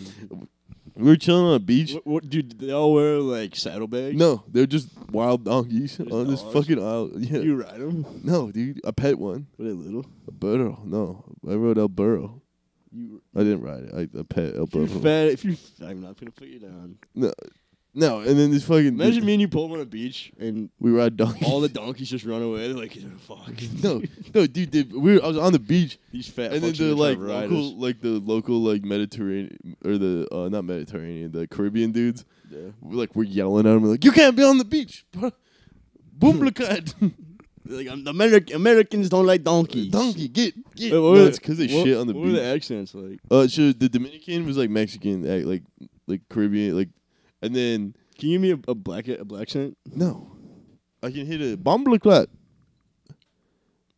[SPEAKER 1] We were chilling on a beach.
[SPEAKER 2] What, what, dude, they all wear like saddlebags.
[SPEAKER 1] No, they're just wild donkeys
[SPEAKER 2] There's
[SPEAKER 1] on this
[SPEAKER 2] dogs?
[SPEAKER 1] fucking isle. Yeah.
[SPEAKER 2] you ride them.
[SPEAKER 1] no, dude, I pet one.
[SPEAKER 2] Were they little?
[SPEAKER 1] A burro. No, I rode El Burro.
[SPEAKER 2] You,
[SPEAKER 1] I didn't ride it. I, I pet El
[SPEAKER 2] if you're
[SPEAKER 1] Burro.
[SPEAKER 2] fat, if you, I'm not gonna put you down.
[SPEAKER 1] No, and then this fucking
[SPEAKER 2] Imagine me and you pull up on a beach and
[SPEAKER 1] We ride donkeys. [LAUGHS]
[SPEAKER 2] all the donkeys just run away. They're like, fuck.
[SPEAKER 1] no, no, dude, they, we were, I was on the beach,
[SPEAKER 2] [LAUGHS] these fat.
[SPEAKER 1] and then
[SPEAKER 2] fucks are
[SPEAKER 1] the
[SPEAKER 2] gonna try
[SPEAKER 1] like
[SPEAKER 2] to ride
[SPEAKER 1] local, like the local, like Mediterranean or the uh, not Mediterranean, the Caribbean dudes.
[SPEAKER 2] us. Yeah.
[SPEAKER 1] we're like we're yelling at him like you can't be on the beach bro.
[SPEAKER 2] [LAUGHS]
[SPEAKER 1] boomlicat
[SPEAKER 2] They're Like I'm, Ameri- Americans don't like donkeys.
[SPEAKER 1] donkey get get
[SPEAKER 2] Wait, what
[SPEAKER 1] no,
[SPEAKER 2] were-
[SPEAKER 1] it's because they
[SPEAKER 2] what-
[SPEAKER 1] shit on the
[SPEAKER 2] what
[SPEAKER 1] beach
[SPEAKER 2] were the accents like?
[SPEAKER 1] uh so the dominican was like mexican eh, like like caribbean like and then
[SPEAKER 2] Can you give me a, a black a black accent?
[SPEAKER 1] no i can hit a boomlicat
[SPEAKER 2] Is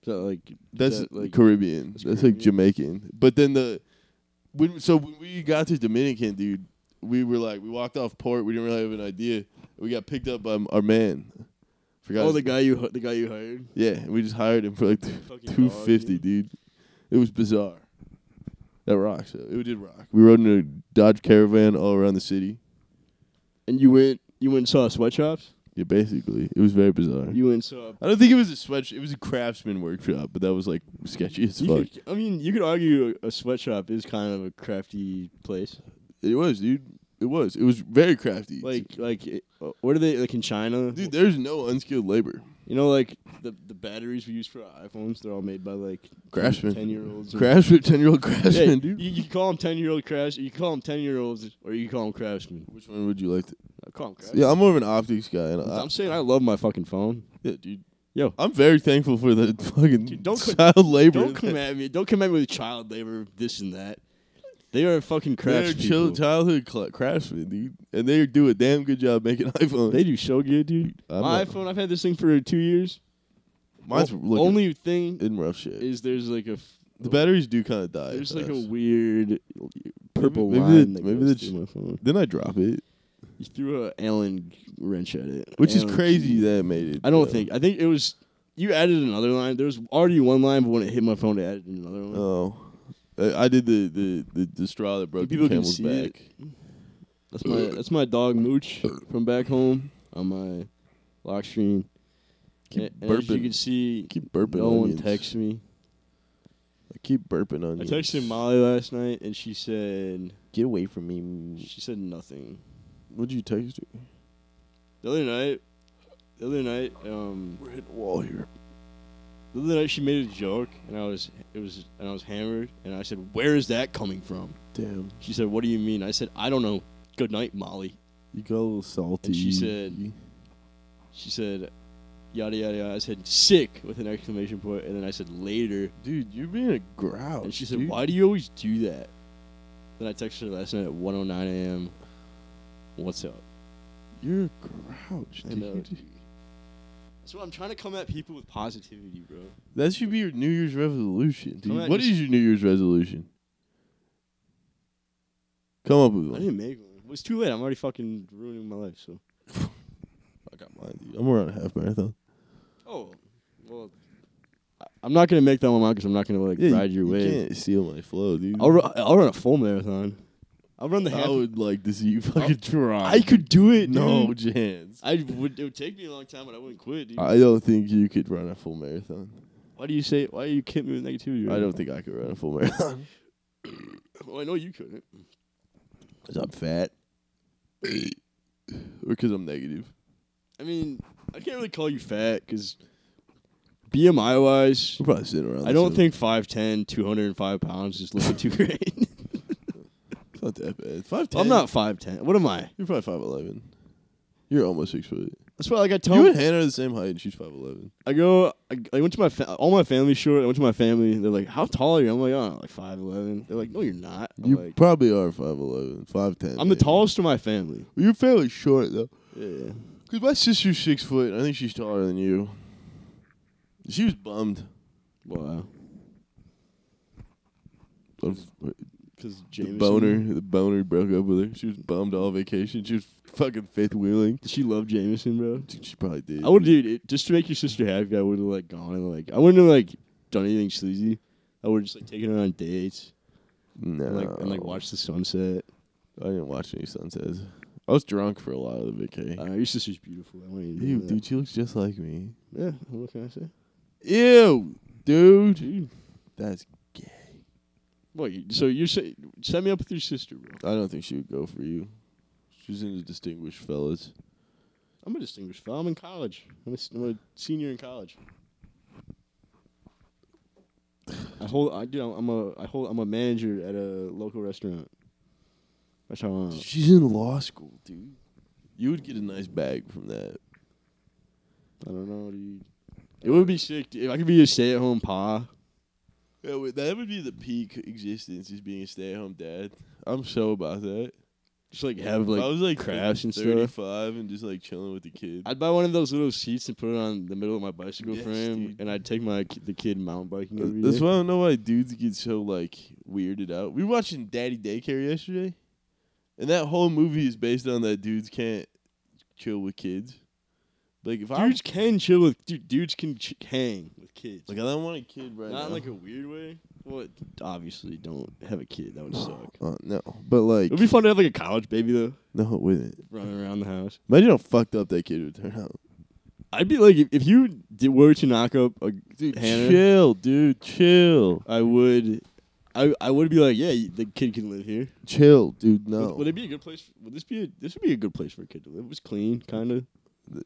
[SPEAKER 2] that like is
[SPEAKER 1] that's
[SPEAKER 2] that, like
[SPEAKER 1] caribbean that's,
[SPEAKER 2] that's
[SPEAKER 1] like
[SPEAKER 2] Caribbean?
[SPEAKER 1] jamaican but then the when so when we got to dominican dude we were like we walked off port we didn't really have an idea we got picked up by our man forgot
[SPEAKER 2] oh
[SPEAKER 1] his
[SPEAKER 2] the guy you hi- the guy you hired.
[SPEAKER 1] Yeah, and we just hired him for like
[SPEAKER 2] Fucking
[SPEAKER 1] two fifty,
[SPEAKER 2] dog,
[SPEAKER 1] dude. It was bizarre. That rocks. though. It did rock. We rode in a Dodge Caravan all around the city.
[SPEAKER 2] And you went you went and saw sweatshops.
[SPEAKER 1] Yeah, basically, it was very bizarre.
[SPEAKER 2] You went and saw.
[SPEAKER 1] I don't think it was a sweatshop. It was a craftsman workshop, but that was like sketchy as
[SPEAKER 2] You
[SPEAKER 1] fuck.
[SPEAKER 2] could, I mean, you could argue a, a sweatshop is kind of a crafty place.
[SPEAKER 1] It was, dude. It was. It was very crafty.
[SPEAKER 2] Like like it, uh, what are they like in China?
[SPEAKER 1] dude, there's no unskilled labor.
[SPEAKER 2] You know, like the the batteries we use for our iPhones, they're all made by like
[SPEAKER 1] Craftsmen.
[SPEAKER 2] ten year
[SPEAKER 1] [LAUGHS]
[SPEAKER 2] olds.
[SPEAKER 1] Craftsman, ten year old
[SPEAKER 2] [LAUGHS]
[SPEAKER 1] craftsman, dude.
[SPEAKER 2] You, you can call them ten year old crash. You can call them ten year olds, or you can call them craftsmen.
[SPEAKER 1] Which one would you like? to
[SPEAKER 2] I call them craftsmen.
[SPEAKER 1] Yeah, I'm more of an optics guy, and I,
[SPEAKER 2] I'm saying I love my fucking phone.
[SPEAKER 1] yeah, dude.
[SPEAKER 2] Yo.
[SPEAKER 1] I'm very thankful for the [LAUGHS] fucking
[SPEAKER 2] Dude, don't co-
[SPEAKER 1] child labor.
[SPEAKER 2] Don't come at me. Don't come at me with child labor, this and that. They are
[SPEAKER 1] [LAUGHS]
[SPEAKER 2] fucking
[SPEAKER 1] They're
[SPEAKER 2] craftsmen.
[SPEAKER 1] chill childhood cl- craftsmen, dude, and they do a damn good job making [LAUGHS] iPhones.
[SPEAKER 2] They do so good, dude.
[SPEAKER 1] I'm
[SPEAKER 2] my
[SPEAKER 1] not-
[SPEAKER 2] iPhone, I've had this thing for two years.
[SPEAKER 1] Mine's
[SPEAKER 2] O-
[SPEAKER 1] looking
[SPEAKER 2] only thing
[SPEAKER 1] in rough shape.
[SPEAKER 2] is there's like a f-
[SPEAKER 1] the batteries do kind of die.
[SPEAKER 2] there's
[SPEAKER 1] fast.
[SPEAKER 2] like a weird purple
[SPEAKER 1] maybe
[SPEAKER 2] line
[SPEAKER 1] the-
[SPEAKER 2] that
[SPEAKER 1] maybe
[SPEAKER 2] goes
[SPEAKER 1] the
[SPEAKER 2] through
[SPEAKER 1] ch-
[SPEAKER 2] my phone.
[SPEAKER 1] Then I drop it,
[SPEAKER 2] You threw a Allen wrench at it,
[SPEAKER 1] which is
[SPEAKER 2] Allen
[SPEAKER 1] crazy
[SPEAKER 2] key.
[SPEAKER 1] that it made it.
[SPEAKER 2] I don't
[SPEAKER 1] though.
[SPEAKER 2] think. I think it was you added another line. There was already one line, but when it hit my phone, it added another one.
[SPEAKER 1] Oh, I, I did the, the the the straw that broke the
[SPEAKER 2] People can
[SPEAKER 1] camel's
[SPEAKER 2] see
[SPEAKER 1] back.
[SPEAKER 2] it. That's my that's my dog Mooch from back home on my lock screen.
[SPEAKER 1] Keep
[SPEAKER 2] A- and as you
[SPEAKER 1] burping.
[SPEAKER 2] can see,
[SPEAKER 1] Keep burping.
[SPEAKER 2] no one
[SPEAKER 1] onions.
[SPEAKER 2] texts me.
[SPEAKER 1] I keep burping
[SPEAKER 2] I
[SPEAKER 1] onions.
[SPEAKER 2] texted Molly last night and she said
[SPEAKER 1] Get away from me.
[SPEAKER 2] she said nothing.
[SPEAKER 1] What'd you text her?
[SPEAKER 2] The other night, the other night, um,
[SPEAKER 1] We're hitting a wall here.
[SPEAKER 2] the other night she made a joke and I was it was and I was hammered and I said, "Where is that coming from?"
[SPEAKER 1] Damn.
[SPEAKER 2] She said, "What do you mean?" I said, "I don't know." Good night, Molly.
[SPEAKER 1] You got a little salty.
[SPEAKER 2] she said- She said, "Yada yada yada." I said, "Sick!" with an exclamation point, and then I said, "Later."
[SPEAKER 1] Dude, you're being a grouch.
[SPEAKER 2] And she said,
[SPEAKER 1] dude.
[SPEAKER 2] "Why do you always do that?" Then I texted her last night at 1:09 a.m. What's up?
[SPEAKER 1] You're a grouch,
[SPEAKER 2] I
[SPEAKER 1] dude.
[SPEAKER 2] know, dude. So I'm trying to come at people with positivity, bro.
[SPEAKER 1] That should be your New Year's resolution,
[SPEAKER 2] Come
[SPEAKER 1] dude.
[SPEAKER 2] on,
[SPEAKER 1] What
[SPEAKER 2] just-
[SPEAKER 1] is your New Year's resolution? Come up with
[SPEAKER 2] I
[SPEAKER 1] one.
[SPEAKER 2] didn't make one. It's too late. I'm already fucking ruining my life. So.
[SPEAKER 1] I got mine, dude. I'm around a half marathon.
[SPEAKER 2] Oh, well. I'm not gonna make that one out because I'm not gonna like ride your
[SPEAKER 1] you,
[SPEAKER 2] wave.
[SPEAKER 1] You can't steal my flow, dude.
[SPEAKER 2] I'll run. I'll run a full marathon. I'll run the.
[SPEAKER 1] [LAUGHS] I
[SPEAKER 2] half-
[SPEAKER 1] would like to see you fucking try.
[SPEAKER 2] I could do it.
[SPEAKER 1] No
[SPEAKER 2] dude.
[SPEAKER 1] chance.
[SPEAKER 2] I would. It would take me a long time, but I wouldn't quit, dude.
[SPEAKER 1] I don't think you could run a full marathon.
[SPEAKER 2] why do you say? Why do you kid me with negativity?
[SPEAKER 1] I don't think I could run a full marathon. [LAUGHS]
[SPEAKER 2] Well, I know you couldn't.
[SPEAKER 1] Because I'm fat. [CLEARS THROAT] or because I'm negative.
[SPEAKER 2] I mean, I can't really call you fat because BMI wise,
[SPEAKER 1] I'm probably sitting around.
[SPEAKER 2] I
[SPEAKER 1] the
[SPEAKER 2] don't
[SPEAKER 1] same-
[SPEAKER 2] think 5'10", 205 pounds is looking too [LAUGHS] great.
[SPEAKER 1] It's not that bad. 5'10.
[SPEAKER 2] I'm not five ten. What am I?
[SPEAKER 1] You're probably 5'11. You're almost 6 foot.
[SPEAKER 2] That's why like I
[SPEAKER 1] You
[SPEAKER 2] tell
[SPEAKER 1] and Hannah are the same height, and she's 5'11.
[SPEAKER 2] I go. I, I went to my fa- all my family short. I went to my family. They're like, "How tall are you?" I'm like, "Oh, like five 11 They're like, "No, you're not." I'm
[SPEAKER 1] You
[SPEAKER 2] like,
[SPEAKER 1] probably are 5'11, 5'10.
[SPEAKER 2] I'm the
[SPEAKER 1] maybe.
[SPEAKER 2] tallest of my family.
[SPEAKER 1] You're fairly short, though.
[SPEAKER 2] Yeah.
[SPEAKER 1] Because my sister's 6 foot. I think she's taller than you. She was bummed.
[SPEAKER 2] Wow. Because
[SPEAKER 1] The boner, the boner broke up with her. She was bummed all vacation. She was fucking fifth wheeling.
[SPEAKER 2] Did she love Jameson, bro?
[SPEAKER 1] Dude, She probably did.
[SPEAKER 2] I would, dude. It, just to make your sister happy, I would have like gone and like I wouldn't have like done anything sleazy. I would have just like taken her on dates
[SPEAKER 1] No.
[SPEAKER 2] and like and like watched the sunset.
[SPEAKER 1] I didn't watch any sunsets. I was drunk for a lot of the vacay.
[SPEAKER 2] Uh, your sister's beautiful. I want you to
[SPEAKER 1] Ew,
[SPEAKER 2] know that.
[SPEAKER 1] dude, she looks just like me.
[SPEAKER 2] Yeah. What can I say?
[SPEAKER 1] Ew, dude.
[SPEAKER 2] Dude.
[SPEAKER 1] That's.
[SPEAKER 2] What? you- So you're saying set me up with your sister, bro?
[SPEAKER 1] I don't think she would go for you. She's into distinguished fellas.
[SPEAKER 2] I'm a distinguished fellow. I'm in college. I'm a, s- I'm a senior in college. I hold. I do. I'm a. I hold. I'm a manager at a local restaurant. That's how I'm.
[SPEAKER 1] She's in law school, dude. You would get a nice bag from that.
[SPEAKER 2] I don't know, dude. It would be sick dude. if I could be a stay-at-home pa.
[SPEAKER 1] That would, that would be the peak existence is being a stay at home dad. I'm so about that.
[SPEAKER 2] Just like have like
[SPEAKER 1] I was like
[SPEAKER 2] crafts and stuff.
[SPEAKER 1] 35 and just like chilling with the kids.
[SPEAKER 2] I'd buy one of those little seats and put it on the middle of my bicycle
[SPEAKER 1] Yes,
[SPEAKER 2] frame,
[SPEAKER 1] dude.
[SPEAKER 2] and I'd take my ki- the kid mountain biking. Every
[SPEAKER 1] That's
[SPEAKER 2] day.
[SPEAKER 1] why I don't know why dudes get so like weirded out. We were watching Daddy Daycare yesterday, and that whole movie is based on that dudes can't chill with kids. Like if I
[SPEAKER 2] Dudes can chill with dude, dudes can ch- hang with kids.
[SPEAKER 1] like I don't want a kid right
[SPEAKER 2] Not in
[SPEAKER 1] now.
[SPEAKER 2] like a weird way. Well, obviously, don't have a kid. That would [GASPS] suck.
[SPEAKER 1] uh, no, but like
[SPEAKER 2] It would be fun to have like a college baby though,
[SPEAKER 1] no, it wouldn't.
[SPEAKER 2] [LAUGHS] running around the house.
[SPEAKER 1] Imagine how fucked up that kid would turn out.
[SPEAKER 2] I'd be like, if, if you did, were to knock up a
[SPEAKER 1] Dude,
[SPEAKER 2] Hannah,
[SPEAKER 1] chill, dude, chill,
[SPEAKER 2] I would, I I would be like, yeah, you- the kid can live here.
[SPEAKER 1] chill, dude. No,
[SPEAKER 2] Would, would it be a good place? Would this be a this would be a good place for a kid to live? It was clean, kind of.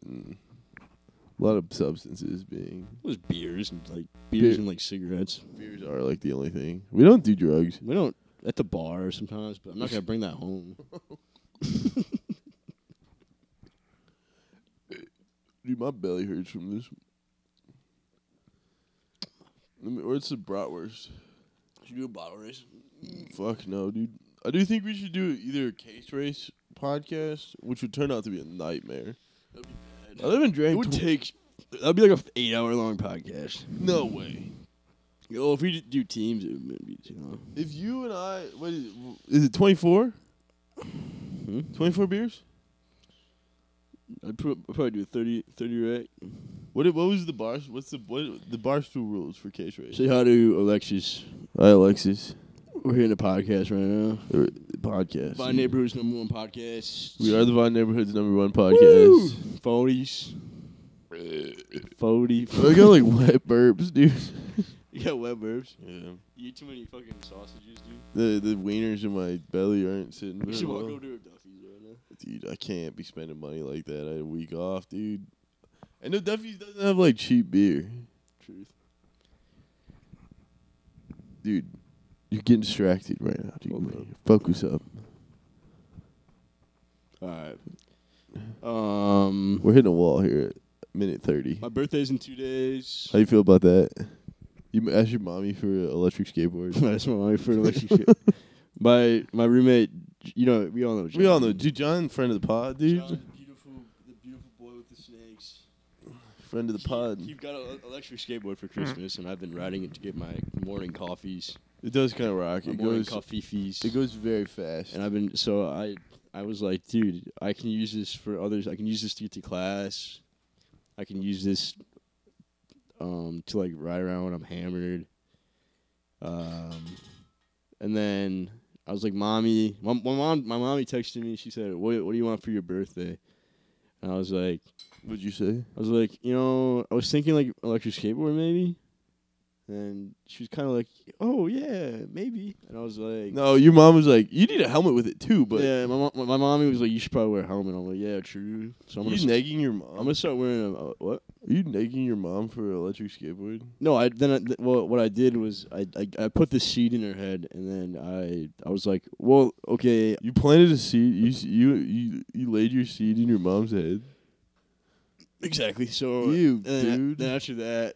[SPEAKER 1] Mm. a lot of substances being
[SPEAKER 2] was beers and like beers
[SPEAKER 1] Beer-
[SPEAKER 2] and like cigarettes.
[SPEAKER 1] beers are like the only thing. We don't do drugs.
[SPEAKER 2] We don't at the bar sometimes, but I'm not gonna bring that home.
[SPEAKER 1] Dude, my belly hurts from this. Let me, or it's the bratwurst.
[SPEAKER 2] [LAUGHS] Should do a bottle race.
[SPEAKER 1] Fuck no, dude. I do think we should do either a case race podcast, which would turn out to be a nightmare.
[SPEAKER 2] That'd be
[SPEAKER 1] I haven't
[SPEAKER 2] It
[SPEAKER 1] drank.
[SPEAKER 2] would
[SPEAKER 1] tw-
[SPEAKER 2] take. That'd be like a eight hour long podcast.
[SPEAKER 1] no way.
[SPEAKER 2] Yo, if we did do teams, it would be too long.
[SPEAKER 1] If you and I, what is, is it? Twenty four? Twenty four beers?
[SPEAKER 2] I'd, pro- I'd probably do a 30, 30 rack.
[SPEAKER 1] What? i- What was the bar? What's the what? The barstool rules for case race?
[SPEAKER 2] Say hi to Alexis.
[SPEAKER 1] Hi, Alexis.
[SPEAKER 2] We're hitting a podcast right now.
[SPEAKER 1] Or Podcast.
[SPEAKER 2] My neighborhood's number one podcast.
[SPEAKER 1] We are the Vine Neighborhood's number one
[SPEAKER 2] Woo!
[SPEAKER 1] podcast.
[SPEAKER 2] Forties. Forty.
[SPEAKER 1] I got like wet burps, dude.
[SPEAKER 2] [LAUGHS] you got wet burps.
[SPEAKER 1] Yeah.
[SPEAKER 2] You eat too many fucking sausages, dude.
[SPEAKER 1] The the wieners in my belly aren't sitting
[SPEAKER 2] You
[SPEAKER 1] very
[SPEAKER 2] should walk
[SPEAKER 1] well.
[SPEAKER 2] over to a Duffy's right now.
[SPEAKER 1] Dude, I can't be spending money like that. I had a week off, dude. I know Duffy's doesn't have like cheap beer.
[SPEAKER 2] Truth.
[SPEAKER 1] Dude, you're getting distracted right now, dude.
[SPEAKER 2] Hold
[SPEAKER 1] man. Focus up.
[SPEAKER 2] All right. Um,
[SPEAKER 1] We're hitting a wall here at minute 30.
[SPEAKER 2] my birthday's in two days.
[SPEAKER 1] How you feel about that? You m- asked your mommy for an electric skateboard.
[SPEAKER 2] That's my wife
[SPEAKER 1] [LAUGHS]
[SPEAKER 2] [LAUGHS] for electric shit. My my roommate, you know, we all know.
[SPEAKER 1] we all
[SPEAKER 2] John.
[SPEAKER 1] know, dude. John, friend of the pod, dude.
[SPEAKER 2] John, beautiful, the beautiful boy with the snakes.
[SPEAKER 1] Friend of the pod.
[SPEAKER 2] You've got an electric skateboard for Christmas, and I've been riding it to get my morning coffees,
[SPEAKER 1] It does kind of rock.
[SPEAKER 2] my
[SPEAKER 1] It
[SPEAKER 2] morning
[SPEAKER 1] goes.
[SPEAKER 2] coffee fees.
[SPEAKER 1] It goes very fast.
[SPEAKER 2] And I've been so I I was like, dude, I can use this for others. I can use this to get to class. I can use this um, to like ride around when I'm hammered. Um, and then I was like, mommy, my, my mom, my mommy texted me. She said, what What do you want for your birthday? And I was like,
[SPEAKER 1] What'd you say?
[SPEAKER 2] I was like, you know, I was thinking like electric skateboard maybe. And she was kind of like, oh yeah, maybe. And I was like,
[SPEAKER 1] No, your mom was like, "You need a helmet with it too." But
[SPEAKER 2] yeah, my, mom, my my mommy was like, "You should probably wear a helmet." I'm like, "Yeah, true." So I'm
[SPEAKER 1] you
[SPEAKER 2] gonna, i
[SPEAKER 1] nagging your mom.
[SPEAKER 2] I'm gonna start wearing a uh, what?
[SPEAKER 1] Are you nagging your mom for an electric skateboard?
[SPEAKER 2] No, I then I, th- well, what I did was I, I I put the seed in her head, and then I I was like, "Well, okay,
[SPEAKER 1] You planted a seed. You s- you you, you laid your seed in your mom's head.
[SPEAKER 2] exactly." So
[SPEAKER 1] Ew,
[SPEAKER 2] and then,
[SPEAKER 1] dude.
[SPEAKER 2] Then after that,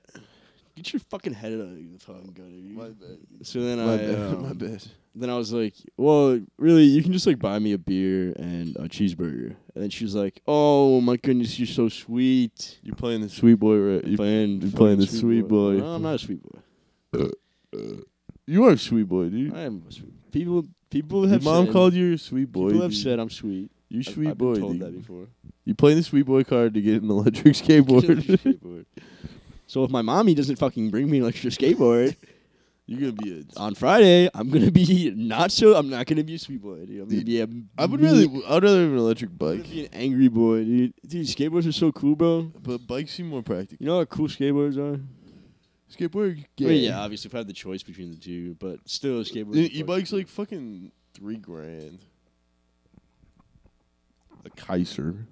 [SPEAKER 2] get your fucking head out of the fucking gutter. you-
[SPEAKER 1] bad.
[SPEAKER 2] So then
[SPEAKER 1] my
[SPEAKER 2] I
[SPEAKER 1] bad. [LAUGHS]
[SPEAKER 2] um,
[SPEAKER 1] my bad.
[SPEAKER 2] then I was like, "Well, really, you can just like buy me a beer and a cheeseburger." And then she was like, "Oh my goodness, you're so sweet."
[SPEAKER 1] You're playing the sweet boy, right? You,
[SPEAKER 2] playing,
[SPEAKER 1] you're playing
[SPEAKER 2] fucking
[SPEAKER 1] the sweet boy.
[SPEAKER 2] No, I'm not a sweet boy.
[SPEAKER 1] you are a sweet boy, dude.
[SPEAKER 2] I am a sweet. People, people
[SPEAKER 1] Your
[SPEAKER 2] have.
[SPEAKER 1] mom
[SPEAKER 2] said,
[SPEAKER 1] called you a sweet boy.
[SPEAKER 2] People have
[SPEAKER 1] dude.
[SPEAKER 2] said I'm sweet.
[SPEAKER 1] you
[SPEAKER 2] I've-
[SPEAKER 1] sweet
[SPEAKER 2] I've been
[SPEAKER 1] boy,
[SPEAKER 2] told
[SPEAKER 1] dude. [LAUGHS]
[SPEAKER 2] that before.
[SPEAKER 1] You playing the sweet boy card to get an electric [LAUGHS]
[SPEAKER 2] [LAUGHS]
[SPEAKER 1] skateboard.
[SPEAKER 2] Skateboard. so if my mommy doesn't fucking bring me an electric skateboard
[SPEAKER 1] You're gonna be a.
[SPEAKER 2] on Friday, I'm gonna be not so. I'm not gonna be a sweet boy, dude. I'm gonna
[SPEAKER 1] Dude,
[SPEAKER 2] be a.
[SPEAKER 1] I would
[SPEAKER 2] mean-
[SPEAKER 1] really. I'd rather have an electric
[SPEAKER 2] I'm
[SPEAKER 1] bike,
[SPEAKER 2] gonna be an angry boy, dude. Dude, skateboards are so cool, bro.
[SPEAKER 1] but bikes seem more practical.
[SPEAKER 2] You know how cool skateboards are?
[SPEAKER 1] Skateboard,
[SPEAKER 2] I
[SPEAKER 1] yeah.
[SPEAKER 2] mean, yeah, obviously, if I had the choice between the two, but still, skateboards. are
[SPEAKER 1] E bike's
[SPEAKER 2] fucking-
[SPEAKER 1] like fucking three grand. A Kaiser.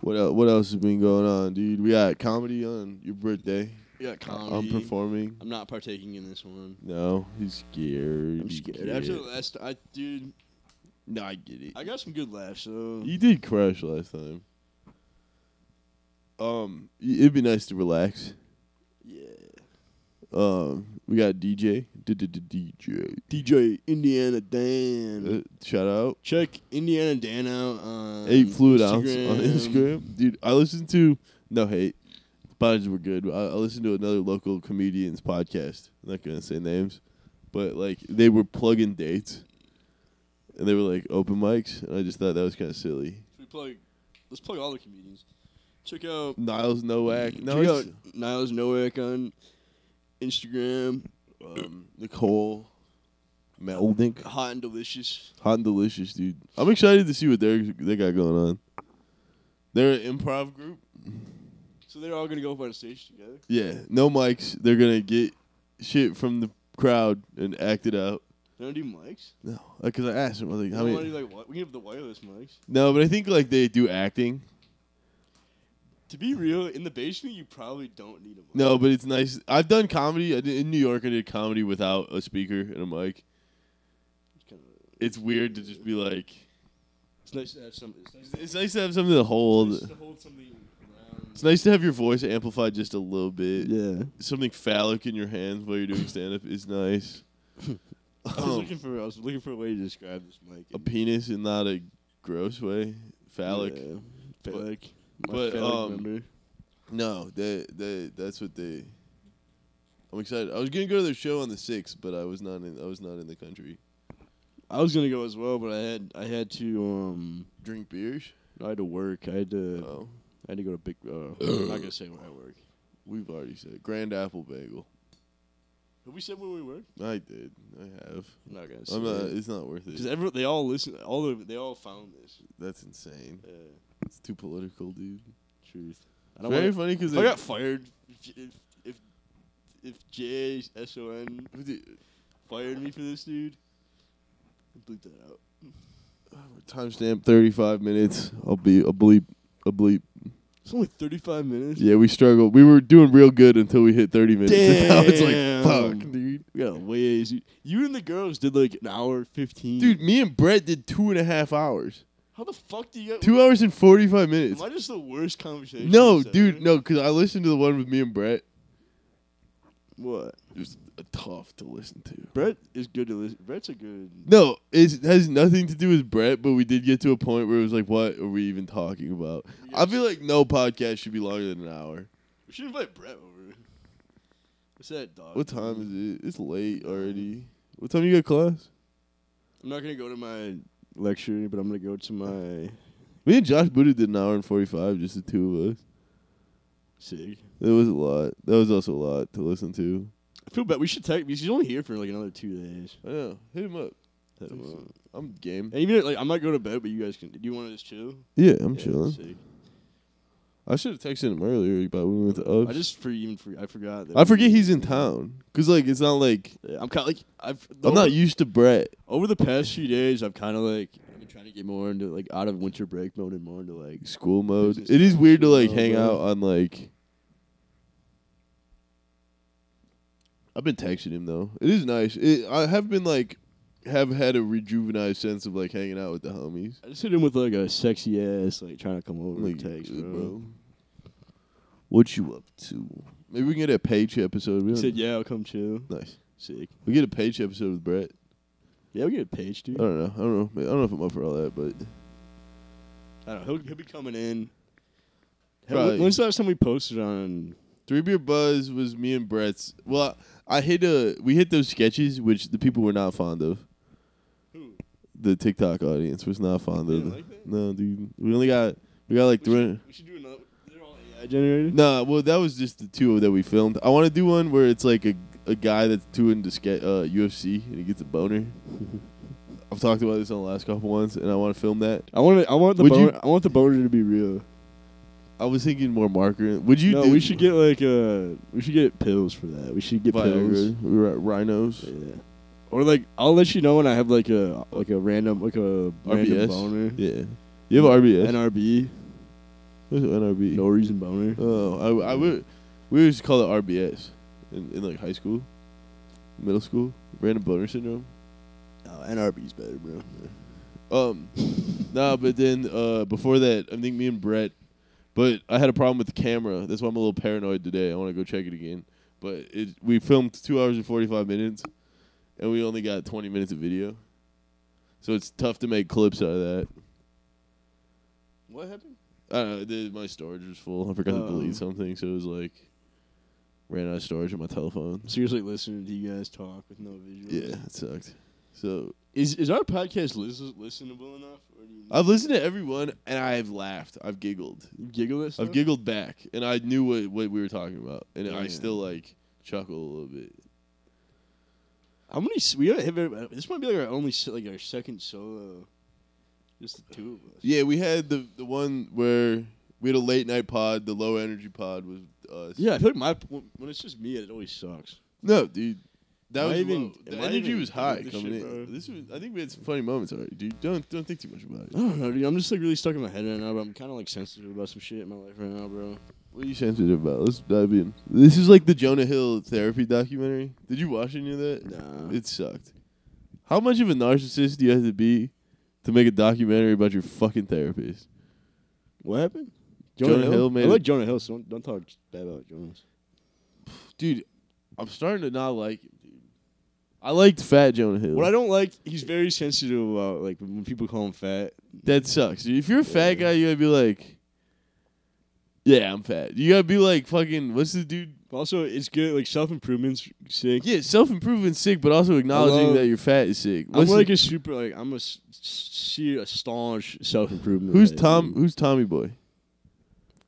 [SPEAKER 1] What el- what else has been going on, dude? We got comedy on your birthday.
[SPEAKER 2] yeah,
[SPEAKER 1] I'm
[SPEAKER 2] comedy.
[SPEAKER 1] performing.
[SPEAKER 2] I'm not partaking in this one.
[SPEAKER 1] No, he's scared.
[SPEAKER 2] I'm
[SPEAKER 1] He's
[SPEAKER 2] scared. After the last, I dude,
[SPEAKER 1] no, I get it.
[SPEAKER 2] I got some good laughs. So
[SPEAKER 1] You did crash last time. Um, y- it'd be nice to relax.
[SPEAKER 2] yeah,
[SPEAKER 1] Um, we got DJ. DJ.
[SPEAKER 2] DJ Indiana Dan,
[SPEAKER 1] Uh, shout out.
[SPEAKER 2] check Indiana Dan out on
[SPEAKER 1] eight fluid ounce on Instagram, dude. I listened to no hate, bodies were good. I, I listened to another local comedian's podcast. I'm not gonna say names, but like they were plugging dates, and they were like open mics, and I just thought that was kind of silly.
[SPEAKER 2] We plug, let's plug all the comedians. Check out
[SPEAKER 1] Niles Nowak, no,
[SPEAKER 2] check
[SPEAKER 1] it's,
[SPEAKER 2] out Niles Nowak on Instagram.
[SPEAKER 1] um, Nicole Meldink,
[SPEAKER 2] Hot and delicious.
[SPEAKER 1] hot and delicious, dude. I'm excited to see what they they got going on. They're an improv group.
[SPEAKER 2] So they're all gonna go up on stage together.
[SPEAKER 1] Yeah, no mics. They're gonna get shit from the crowd and act it out.
[SPEAKER 2] They don't do mics.
[SPEAKER 1] No, because I asked him. I was like,
[SPEAKER 2] They
[SPEAKER 1] how
[SPEAKER 2] don't wanna
[SPEAKER 1] many?
[SPEAKER 2] do like what? We can have the wireless mics.
[SPEAKER 1] No, but I think like they do acting.
[SPEAKER 2] To be real, in the basement, you probably don't need a mic.
[SPEAKER 1] No, but it's nice. I've done comedy I did, in New York. I did comedy without a speaker and a mic.
[SPEAKER 2] It's, kinda-
[SPEAKER 1] It's weird to just be like.
[SPEAKER 2] it's nice to have some. It's nice to
[SPEAKER 1] It's nice to have something to
[SPEAKER 2] Just
[SPEAKER 1] hold.
[SPEAKER 2] to hold something
[SPEAKER 1] It's
[SPEAKER 2] around.
[SPEAKER 1] nice to have your voice amplified just a little bit.
[SPEAKER 2] Yeah.
[SPEAKER 1] Something phallic in your hands while you're doing stand up is
[SPEAKER 2] [LAUGHS]
[SPEAKER 1] nice. [LAUGHS]
[SPEAKER 2] I was
[SPEAKER 1] Um,
[SPEAKER 2] looking for I was looking for a way to describe this mic.
[SPEAKER 1] a penis in not a gross way, phallic.
[SPEAKER 2] Yeah. Phallic. My
[SPEAKER 1] but,
[SPEAKER 2] phallic
[SPEAKER 1] um,
[SPEAKER 2] member.
[SPEAKER 1] No, they they that's what they. I'm excited. I was gonna go to their show on the sixth, but I was not in. I was not in the country.
[SPEAKER 2] I was gonna go as well, but I had I had to um
[SPEAKER 1] Drink beers.
[SPEAKER 2] I had to work. I had to
[SPEAKER 1] Oh,
[SPEAKER 2] I had to go to big. Uh, I'm not gonna say where I work.
[SPEAKER 1] we've already said Grand Apple Bagel.
[SPEAKER 2] Have we said where we were?
[SPEAKER 1] I did. I have.
[SPEAKER 2] I'm not gonna.
[SPEAKER 1] I'm not, it's not worth
[SPEAKER 2] Because
[SPEAKER 1] it.
[SPEAKER 2] everyone, they all listen. All of, they all found this.
[SPEAKER 1] That's insane.
[SPEAKER 2] Uh,
[SPEAKER 1] It's too political, dude.
[SPEAKER 2] truth. I
[SPEAKER 1] It's
[SPEAKER 2] don't.
[SPEAKER 1] very
[SPEAKER 2] Wanna,
[SPEAKER 1] funny because
[SPEAKER 2] if I got fired, if if if, if J S O N fired me for this, dude, bleep that out.
[SPEAKER 1] timestamp 35 minutes. I'll be a bleep, a bleep.
[SPEAKER 2] It's only 35 minutes.
[SPEAKER 1] Yeah, we struggled. We were doing real good until we hit 30 minutes. [LAUGHS] And now it's like,
[SPEAKER 2] Damn.
[SPEAKER 1] fuck, dude.
[SPEAKER 2] We got a ways. You- You and the girls did like an hour 15.
[SPEAKER 1] Dude, me and Brett did two and a half hours.
[SPEAKER 2] how the fuck do you get? [LAUGHS]
[SPEAKER 1] Two hours and 45 minutes.
[SPEAKER 2] Am I just the worst conversation?
[SPEAKER 1] No,
[SPEAKER 2] ever?
[SPEAKER 1] dude, no, because I listened to the one with me and Brett.
[SPEAKER 2] What?
[SPEAKER 1] It was uh, tough to listen to.
[SPEAKER 2] Brett is good to listen. Brett's a good.
[SPEAKER 1] No, it has nothing to do with Brett, but we did get to a point where it was like, what are we even talking about? [LAUGHS] I feel like no podcast should be longer than an hour.
[SPEAKER 2] We should invite Brett over. What's that dog?
[SPEAKER 1] What time is it? It's late already. What time you got class?
[SPEAKER 2] I'm not gonna go to my lecture, but I'm gonna go to my
[SPEAKER 1] Me and Josh Buddha did an hour and 45, just the two of us.
[SPEAKER 2] sig.
[SPEAKER 1] It was a lot. That was also a lot to listen to.
[SPEAKER 2] I feel bad. We should text because he's only here for like another two days.
[SPEAKER 1] I know. Hit him up.
[SPEAKER 2] Hit him up.
[SPEAKER 1] I'm game.
[SPEAKER 2] And even if, like I might go to bed, but you guys can. Do you want to just chill?
[SPEAKER 1] Yeah, I'm
[SPEAKER 2] Yeah,
[SPEAKER 1] chilling.
[SPEAKER 2] sick.
[SPEAKER 1] I should have texted him earlier, but we went to Ups.
[SPEAKER 2] I just for even for, I forgot. That
[SPEAKER 1] I forget
[SPEAKER 2] we-
[SPEAKER 1] he's in town. Cause like it's not like
[SPEAKER 2] Yeah, I'm kind of like I've.
[SPEAKER 1] I'm
[SPEAKER 2] over-
[SPEAKER 1] not used to Brett.
[SPEAKER 2] Over the past few days, I've kind of like I've been trying to get more into like out of winter break mode and more into like
[SPEAKER 1] School mode.
[SPEAKER 2] Business
[SPEAKER 1] It is
[SPEAKER 2] time,
[SPEAKER 1] weird to
[SPEAKER 2] school
[SPEAKER 1] like
[SPEAKER 2] mode,
[SPEAKER 1] hang
[SPEAKER 2] bro.
[SPEAKER 1] out on like. I've been texting him though. It is nice. It, I have been like, have had a rejuvenized sense of like hanging out with the homies.
[SPEAKER 2] I just hit him with like a sexy ass like trying to come over
[SPEAKER 1] Like,
[SPEAKER 2] and text,
[SPEAKER 1] uh,
[SPEAKER 2] bro.
[SPEAKER 1] What you up to? Maybe we can get a page episode. We
[SPEAKER 2] He said,
[SPEAKER 1] haven't-
[SPEAKER 2] "Yeah, I'll come chill."
[SPEAKER 1] Nice.
[SPEAKER 2] Sick.
[SPEAKER 1] We get a page episode with Brett.
[SPEAKER 2] Yeah, we get a page, dude.
[SPEAKER 1] I don't know. I don't know. I don't know if I'm up for all that, but
[SPEAKER 2] I don't know. He'll, he'll be coming in. Hey,
[SPEAKER 1] Probably.
[SPEAKER 2] when- When's the last time we posted on?
[SPEAKER 1] Three Beer Buzz was me and Brett's. Well, I hit a we hit those sketches which the people were not fond of.
[SPEAKER 2] Who?
[SPEAKER 1] The TikTok audience was not fond
[SPEAKER 2] They
[SPEAKER 1] of.
[SPEAKER 2] didn't
[SPEAKER 1] it.
[SPEAKER 2] like that?
[SPEAKER 1] no, dude, we only got we got like
[SPEAKER 2] We
[SPEAKER 1] three.
[SPEAKER 2] should, we should do another. They're all AI generated.
[SPEAKER 1] Nah, well that was just the two that we filmed. I want to do one where it's like a a guy that's too into ske- uh, UFC and he gets a
[SPEAKER 2] [LAUGHS]
[SPEAKER 1] boner. I've talked about this on the last couple ones, and I want to film that.
[SPEAKER 2] I want. I want the.
[SPEAKER 1] Would you-
[SPEAKER 2] Boner, I want the boner to be real.
[SPEAKER 1] I was thinking more marker. Would you?
[SPEAKER 2] no,
[SPEAKER 1] do
[SPEAKER 2] we should get like uh we should get pills for that. We should get pills.
[SPEAKER 1] Viagra, ri- rhinos.
[SPEAKER 2] Yeah. Or like I'll let you know when I have like a like a random like a random
[SPEAKER 1] RBS?
[SPEAKER 2] boner.
[SPEAKER 1] Yeah, you have RBS.
[SPEAKER 2] NRB.
[SPEAKER 1] What's an NRB?
[SPEAKER 2] No reason boner.
[SPEAKER 1] Oh, I, I would. We used to call it RBS in, in like high school, middle school, random boner syndrome.
[SPEAKER 2] No, NRB's better, bro. [LAUGHS]
[SPEAKER 1] Um, nah, but then uh, before that, I think me and Brett, but I had a problem with the camera. That's why I'm a little paranoid today. I want to go check it again. But it, we filmed two hours and 45 minutes, and we only got 20 minutes of video. So it's tough to make clips out of that.
[SPEAKER 2] What happened?
[SPEAKER 1] I don't know. The, my storage was full. I forgot to
[SPEAKER 2] Oh.
[SPEAKER 1] delete something, so it was like ran out of storage on my telephone.
[SPEAKER 2] Seriously, listening to you guys talk with no visuals.
[SPEAKER 1] Yeah, it sucked. So
[SPEAKER 2] Is is our podcast lis- listenable enough? Or do you
[SPEAKER 1] I've listened to everyone and I've laughed. I've giggled.
[SPEAKER 2] You giggle at stuff?
[SPEAKER 1] I've giggled back and I knew what, what we were talking about. And I
[SPEAKER 2] Yeah.
[SPEAKER 1] still like chuckle a little bit.
[SPEAKER 2] How many? s- We haven't hit very- uh, This might be like our only s- like our second solo. Just the two of us.
[SPEAKER 1] Yeah, we had the the one where we had a late night pod, the low energy pod was us.
[SPEAKER 2] Yeah, I feel like my when when it's just me, it always sucks.
[SPEAKER 1] No, dude. That
[SPEAKER 2] Am I
[SPEAKER 1] was
[SPEAKER 2] even-
[SPEAKER 1] low. the
[SPEAKER 2] am I
[SPEAKER 1] energy
[SPEAKER 2] even
[SPEAKER 1] was high
[SPEAKER 2] doing this
[SPEAKER 1] coming
[SPEAKER 2] shit,
[SPEAKER 1] in.
[SPEAKER 2] bro?
[SPEAKER 1] This was I think we had some funny moments already, dude. Don't don't think too much about
[SPEAKER 2] I
[SPEAKER 1] it.
[SPEAKER 2] don't know, dude. I'm just like really stuck in my head right now, but I'm kind of like sensitive about some shit in my life right now, bro.
[SPEAKER 1] What are you sensitive about? Let's dive in. This is like the Jonah Hill therapy documentary. Did you watch any of that?
[SPEAKER 2] Nah.
[SPEAKER 1] It sucked. How much of a narcissist do you have to be to make a documentary about your fucking therapist?
[SPEAKER 2] what happened?
[SPEAKER 1] Jonah Hill made
[SPEAKER 2] I
[SPEAKER 1] a-
[SPEAKER 2] like Jonah Hill, so don't, don't talk bad about Jonas.
[SPEAKER 1] Dude, I'm starting to not like him, dude. I liked fat Jonah Hill.
[SPEAKER 2] What I don't like, he's very sensitive about like when people call him fat.
[SPEAKER 1] that sucks. dude. If you're a fat
[SPEAKER 2] Yeah.
[SPEAKER 1] guy, you gotta be like, yeah, I'm fat. You gotta be like, fucking, what's the dude?
[SPEAKER 2] Also, it's good like self improvement's sick.
[SPEAKER 1] Yeah, self improvement's sick, but also acknowledging
[SPEAKER 2] love-
[SPEAKER 1] that you're fat is sick.
[SPEAKER 2] I'm
[SPEAKER 1] What's the-
[SPEAKER 2] like a super like I'm a s- see a staunch self improvement.
[SPEAKER 1] who's Tom? Who's Tommy Boy?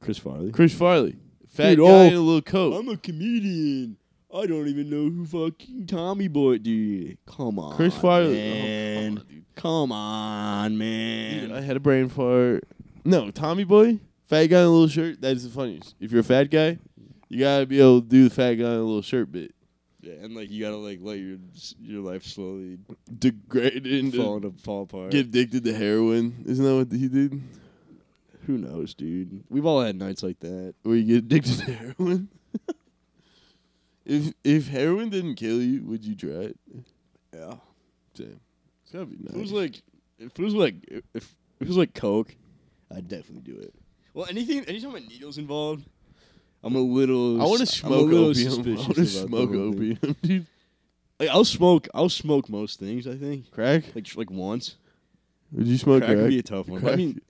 [SPEAKER 2] Chris Farley.
[SPEAKER 1] Chris Farley, fat
[SPEAKER 2] Dude,
[SPEAKER 1] guy
[SPEAKER 2] oh,
[SPEAKER 1] in a little coat.
[SPEAKER 2] I'm a comedian. I don't even know who fucking Tommy Boy dude. Come on,
[SPEAKER 1] Chris Farley. oh,
[SPEAKER 2] man.
[SPEAKER 1] come on, dude.
[SPEAKER 2] Come on, man.
[SPEAKER 1] Dude, I had a brain fart. No, Tommy Boy, fat guy in a little shirt. That is the funniest. If you're a fat guy, you gotta be able to do the fat guy in a little shirt bit.
[SPEAKER 2] yeah, and like you gotta like let your your life slowly
[SPEAKER 1] Degrade
[SPEAKER 2] fall
[SPEAKER 1] into
[SPEAKER 2] into fall apart.
[SPEAKER 1] get addicted to heroin. Isn't that what he did?
[SPEAKER 2] Who knows, dude? We've all had nights like that.
[SPEAKER 1] Where you get addicted to [LAUGHS] heroin. if if heroin didn't kill you, would you try it?
[SPEAKER 2] Yeah.
[SPEAKER 1] Damn, it's gotta be nice.
[SPEAKER 2] If it was like if it was like if if it was like coke, I'd definitely do it. Well, anything anytime a needle's involved, I'm a little.
[SPEAKER 1] I want to
[SPEAKER 2] s- I'm a
[SPEAKER 1] smoke
[SPEAKER 2] little
[SPEAKER 1] opium. [LAUGHS] I
[SPEAKER 2] suspicious
[SPEAKER 1] want
[SPEAKER 2] about the
[SPEAKER 1] to smoke
[SPEAKER 2] whole thing.
[SPEAKER 1] opium, dude.
[SPEAKER 2] Like I'll smoke. I'll smoke most things. I think.
[SPEAKER 1] Crack?
[SPEAKER 2] Like sh- like once.
[SPEAKER 1] Would you smoke
[SPEAKER 2] Crack
[SPEAKER 1] crack?
[SPEAKER 2] would be a tough one. but I
[SPEAKER 1] Crack.
[SPEAKER 2] mean,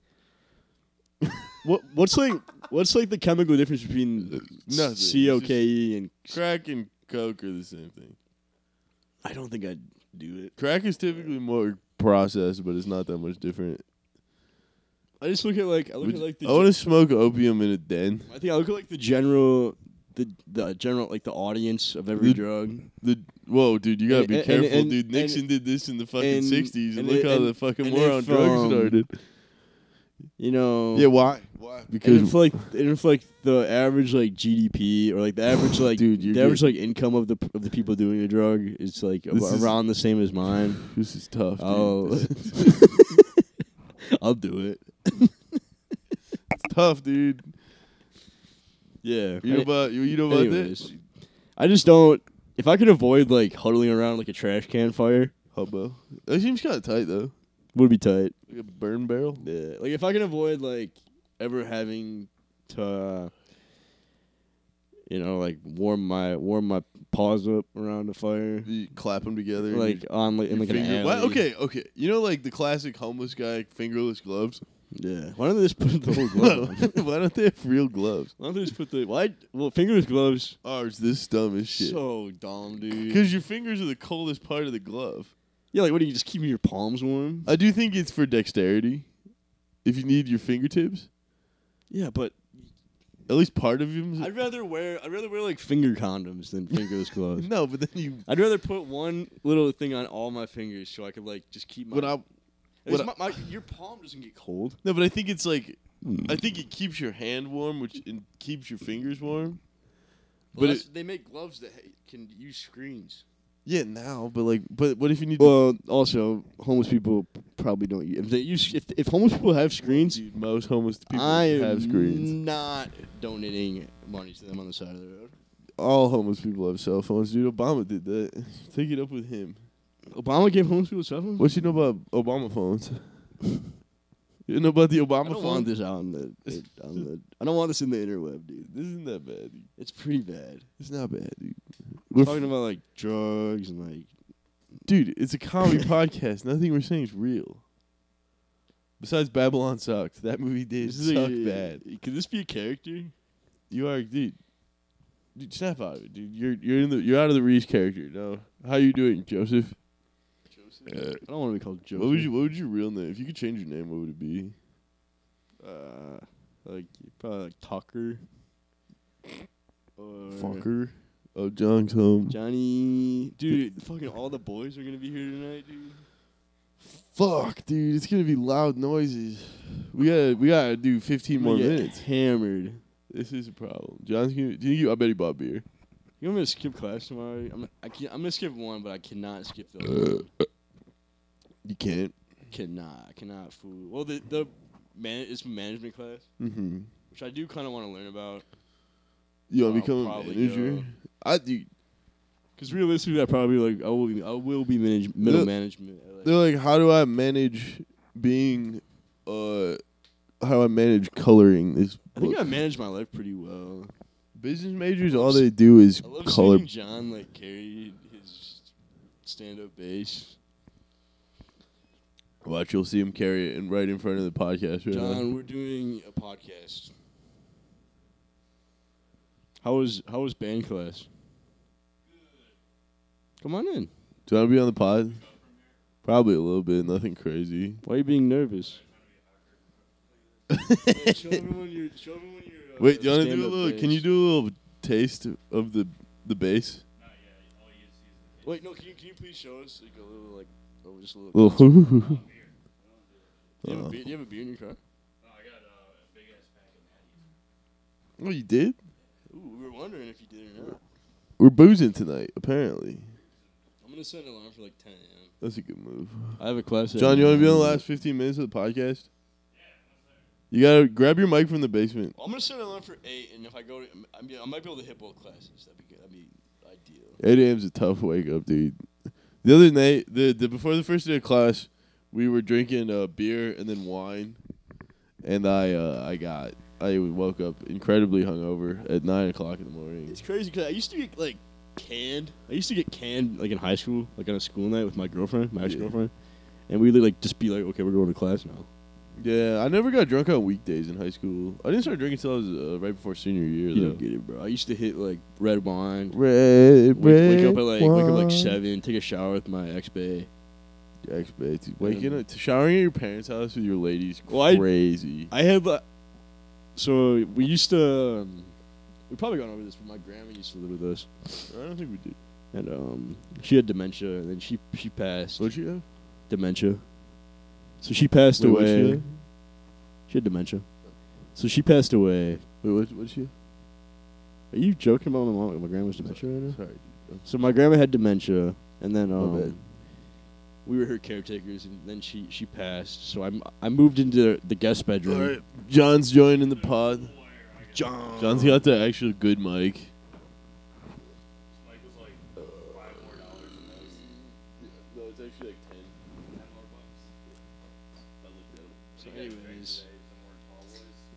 [SPEAKER 2] [LAUGHS] what what's like what's like the chemical difference between
[SPEAKER 1] Uh, Nothing.
[SPEAKER 2] C O K E and
[SPEAKER 1] Crack and coke are the same thing.
[SPEAKER 2] I don't think I'd do it.
[SPEAKER 1] Crack is typically more processed, but it's not that much different.
[SPEAKER 2] I just look at like I look
[SPEAKER 1] Would-
[SPEAKER 2] at like the
[SPEAKER 1] I want to smoke opium in a den.
[SPEAKER 2] I think I look at like the general, the the general like the audience of every
[SPEAKER 1] The-
[SPEAKER 2] drug.
[SPEAKER 1] The whoa, dude, you gotta
[SPEAKER 2] And-
[SPEAKER 1] be
[SPEAKER 2] and-
[SPEAKER 1] careful,
[SPEAKER 2] and-
[SPEAKER 1] dude.
[SPEAKER 2] and-
[SPEAKER 1] Nixon did this in the fucking
[SPEAKER 2] and-
[SPEAKER 1] '60s, and,
[SPEAKER 2] and
[SPEAKER 1] look
[SPEAKER 2] it-
[SPEAKER 1] how the
[SPEAKER 2] and-
[SPEAKER 1] fucking
[SPEAKER 2] and
[SPEAKER 1] war
[SPEAKER 2] if,
[SPEAKER 1] on drugs
[SPEAKER 2] um,
[SPEAKER 1] started.
[SPEAKER 2] You know.
[SPEAKER 1] Yeah, why? Why?
[SPEAKER 2] And
[SPEAKER 1] Because
[SPEAKER 2] if like and if like the average like GDP or like the
[SPEAKER 1] [SIGHS]
[SPEAKER 2] average like
[SPEAKER 1] Dude, you're
[SPEAKER 2] the average like income of the of the people doing the drug is like ab-
[SPEAKER 1] This is-
[SPEAKER 2] around the same as mine.
[SPEAKER 1] this is tough. [LAUGHS] Dude.
[SPEAKER 2] Oh.
[SPEAKER 1] [LAUGHS] This is
[SPEAKER 2] [LAUGHS] I'll do it.
[SPEAKER 1] tough, dude.
[SPEAKER 2] Yeah.
[SPEAKER 1] You know about you, you know about this?
[SPEAKER 2] Anyways, I just don't. If I could avoid like huddling around like a trash can fire,
[SPEAKER 1] Hubbo. That seems kind of tight though,
[SPEAKER 2] would be tight.
[SPEAKER 1] like a burn barrel.
[SPEAKER 2] Yeah. Like if I can avoid like ever having to, uh, you know, like warm my warm my paws up around the fire,
[SPEAKER 1] You clap them together. and
[SPEAKER 2] like on like in
[SPEAKER 1] you
[SPEAKER 2] like an
[SPEAKER 1] finger- Why-
[SPEAKER 2] alley.
[SPEAKER 1] Okay, okay. You know, like the classic homeless guy fingerless gloves.
[SPEAKER 2] Yeah. Why don't they just
[SPEAKER 1] [LAUGHS]
[SPEAKER 2] put the whole glove on?
[SPEAKER 1] Why don't they have real gloves?
[SPEAKER 2] Why don't they just put the why? Well, fingers gloves.
[SPEAKER 1] Ours, this dumb as shit.
[SPEAKER 2] So dumb, dude.
[SPEAKER 1] Because your fingers are the coldest part of the glove.
[SPEAKER 2] Yeah, like what are you just keeping your palms warm?
[SPEAKER 1] I do think it's for dexterity. If you need your fingertips,
[SPEAKER 2] Yeah, but
[SPEAKER 1] at least part of them.
[SPEAKER 2] I'd rather wear I'd rather wear like finger condoms than fingerless gloves.
[SPEAKER 1] No, but then you.
[SPEAKER 2] I'd rather put one little thing on all my fingers so I could like just keep my.
[SPEAKER 1] When I
[SPEAKER 2] At least
[SPEAKER 1] when
[SPEAKER 2] my- my- your palm doesn't get cold.
[SPEAKER 1] no, but I think it's like I think it keeps your hand warm, which and keeps your fingers warm.
[SPEAKER 2] But
[SPEAKER 1] But it,
[SPEAKER 2] they make gloves that ha- can use screens.
[SPEAKER 1] yeah, now, but like, but what if you need?
[SPEAKER 2] Well, also homeless people probably don't. If they use if, if homeless people have
[SPEAKER 1] to,
[SPEAKER 2] screens,
[SPEAKER 1] dude, most homeless people
[SPEAKER 2] I am
[SPEAKER 1] have screens.
[SPEAKER 2] not donating money to them on the side of the road.
[SPEAKER 1] All homeless people have cell phones, dude. Obama did that. Take it up with him.
[SPEAKER 2] Obama gave homeless people cell phones.
[SPEAKER 1] What you know about Obama phones? [LAUGHS] you know about the
[SPEAKER 2] I
[SPEAKER 1] Obama
[SPEAKER 2] don't
[SPEAKER 1] phone?
[SPEAKER 2] want this on the, on the. I don't want this in the interweb, dude.
[SPEAKER 1] This isn't that bad. Dude.
[SPEAKER 2] It's pretty bad.
[SPEAKER 1] It's not bad, dude.
[SPEAKER 2] We're [LAUGHS]
[SPEAKER 1] We're
[SPEAKER 2] talking about like drugs and like
[SPEAKER 1] dude, it's a comedy
[SPEAKER 2] [LAUGHS]
[SPEAKER 1] podcast. Nothing we're saying is real. Besides Babylon sucked. That movie did
[SPEAKER 2] This is
[SPEAKER 1] suck
[SPEAKER 2] like-
[SPEAKER 1] bad.
[SPEAKER 2] [LAUGHS] Could this be a character?
[SPEAKER 1] You are dude. Dude, snap out of it, dude. You're you're in the you're out of the Reese character. No, how you doing, Joseph? Uh,
[SPEAKER 2] I don't want to be called Joseph.
[SPEAKER 1] What would you What would your real name? If you could change your name, what would it be?
[SPEAKER 2] Uh, like probably like Tucker. Or
[SPEAKER 1] Fucker. Oh, John's home.
[SPEAKER 2] Johnny, dude. fucking all the boys are gonna be here tonight, dude.
[SPEAKER 1] Fuck, dude. It's gonna be loud noises. We gotta we gotta do 15
[SPEAKER 2] I'm
[SPEAKER 1] more
[SPEAKER 2] gonna get
[SPEAKER 1] minutes.
[SPEAKER 2] Hammered.
[SPEAKER 1] This is a problem. John's gonna. Do you think you, I bet he bought beer.
[SPEAKER 2] You want me to skip class tomorrow? I'm I can I'm gonna skip one, but I cannot skip the other. one.
[SPEAKER 1] You can't.
[SPEAKER 2] cannot I cannot fool. Well, the the man it's management class,
[SPEAKER 1] Mm-hmm.
[SPEAKER 2] which I do kind of want to learn about.
[SPEAKER 1] You
[SPEAKER 2] I'll
[SPEAKER 1] want to become a
[SPEAKER 2] Oh, probably
[SPEAKER 1] manager?
[SPEAKER 2] go.
[SPEAKER 1] I dude,
[SPEAKER 2] Cause realistically, I probably like I will be I will be manage, middle
[SPEAKER 1] They're-
[SPEAKER 2] management. at, like,
[SPEAKER 1] they're like, how do I manage being, uh, how do I manage coloring this
[SPEAKER 2] I think
[SPEAKER 1] book?
[SPEAKER 2] I manage my life pretty well.
[SPEAKER 1] Business majors, all they do is
[SPEAKER 2] I love
[SPEAKER 1] color.
[SPEAKER 2] seeing John like carry his stand-up bass.
[SPEAKER 1] Watch, you'll see him carry it and right in front of the podcast right now.
[SPEAKER 2] John, we're doing a podcast. How was how was band class? Come on in.
[SPEAKER 1] Do you want to be on the pod? Probably a little bit, nothing crazy.
[SPEAKER 2] Why are you being nervous? [LAUGHS] show everyone your. Show everyone your uh,
[SPEAKER 1] Wait, do you want to do a
[SPEAKER 2] stand-up
[SPEAKER 1] little?
[SPEAKER 2] bass.
[SPEAKER 1] Can you do a little taste of the the bass?
[SPEAKER 2] Wait, no. Can you, can you please show us like a little like oh just a little.
[SPEAKER 1] Little hoo.
[SPEAKER 2] Do you, have
[SPEAKER 1] Uh.
[SPEAKER 2] a beer, do you have a beer in your car?
[SPEAKER 1] Oh, you did?
[SPEAKER 2] Ooh, we were wondering if you did or not.
[SPEAKER 1] We're boozing tonight, apparently.
[SPEAKER 2] I'm gonna set an alarm for like 10 a.m.
[SPEAKER 1] That's a good move.
[SPEAKER 2] I have a class.
[SPEAKER 1] John, you want to be on the last 15 minutes of the podcast? You gotta grab your mic from the basement.
[SPEAKER 2] I'm gonna set an alarm for eight, and if I go to, I mean, I might be able to hit both classes. That'd be good. That'd be ideal.
[SPEAKER 1] 8 a.m.'s a tough wake up, dude. The other night, the, the before the first day of class, we were drinking uh, beer and then wine, and I uh, I got I woke up incredibly hungover at nine o'clock in the morning.
[SPEAKER 2] It's crazy because I used to get like canned. I used to get canned like in high school, like on a school night with my girlfriend, my
[SPEAKER 1] Yeah.
[SPEAKER 2] ex girlfriend, and we'd like just be like, okay, we're going to class now.
[SPEAKER 1] Yeah, I never got drunk on weekdays in high school. I didn't start drinking until I was uh, right before senior year.
[SPEAKER 2] You
[SPEAKER 1] Though.
[SPEAKER 2] don't get it, bro. I used to hit like red wine.
[SPEAKER 1] Red,
[SPEAKER 2] Wake, wake up
[SPEAKER 1] red
[SPEAKER 2] at like wake up like
[SPEAKER 1] wine.
[SPEAKER 2] seven, take a shower with my ex bae.
[SPEAKER 1] Yeah, expect it. waking up, showering at your parents' house with your ladies,
[SPEAKER 2] Well, I-
[SPEAKER 1] crazy.
[SPEAKER 2] I had like, so we used to. Um, we probably gone over this, but my grandma used to live with us,
[SPEAKER 1] I don't think we did.
[SPEAKER 2] and um, she had dementia, and then she she passed
[SPEAKER 1] What'd you have?
[SPEAKER 2] dementia. So she passed
[SPEAKER 1] Wait, what'd
[SPEAKER 2] away.
[SPEAKER 1] she have?
[SPEAKER 2] She had dementia. So she passed away.
[SPEAKER 1] Wait, what? What'd you?
[SPEAKER 2] Are you joking about my mom? My grandma's dementia right now.
[SPEAKER 1] Sorry. dude.
[SPEAKER 2] So my grandma had dementia, and then
[SPEAKER 1] My bad.
[SPEAKER 2] um, we were her caretakers, and then she she passed. So I am I moved into the guest bedroom.
[SPEAKER 1] All right, John's joining the pod.
[SPEAKER 2] John.
[SPEAKER 1] John's got the actual good mic. No, it's actually like ten.
[SPEAKER 2] So anyways,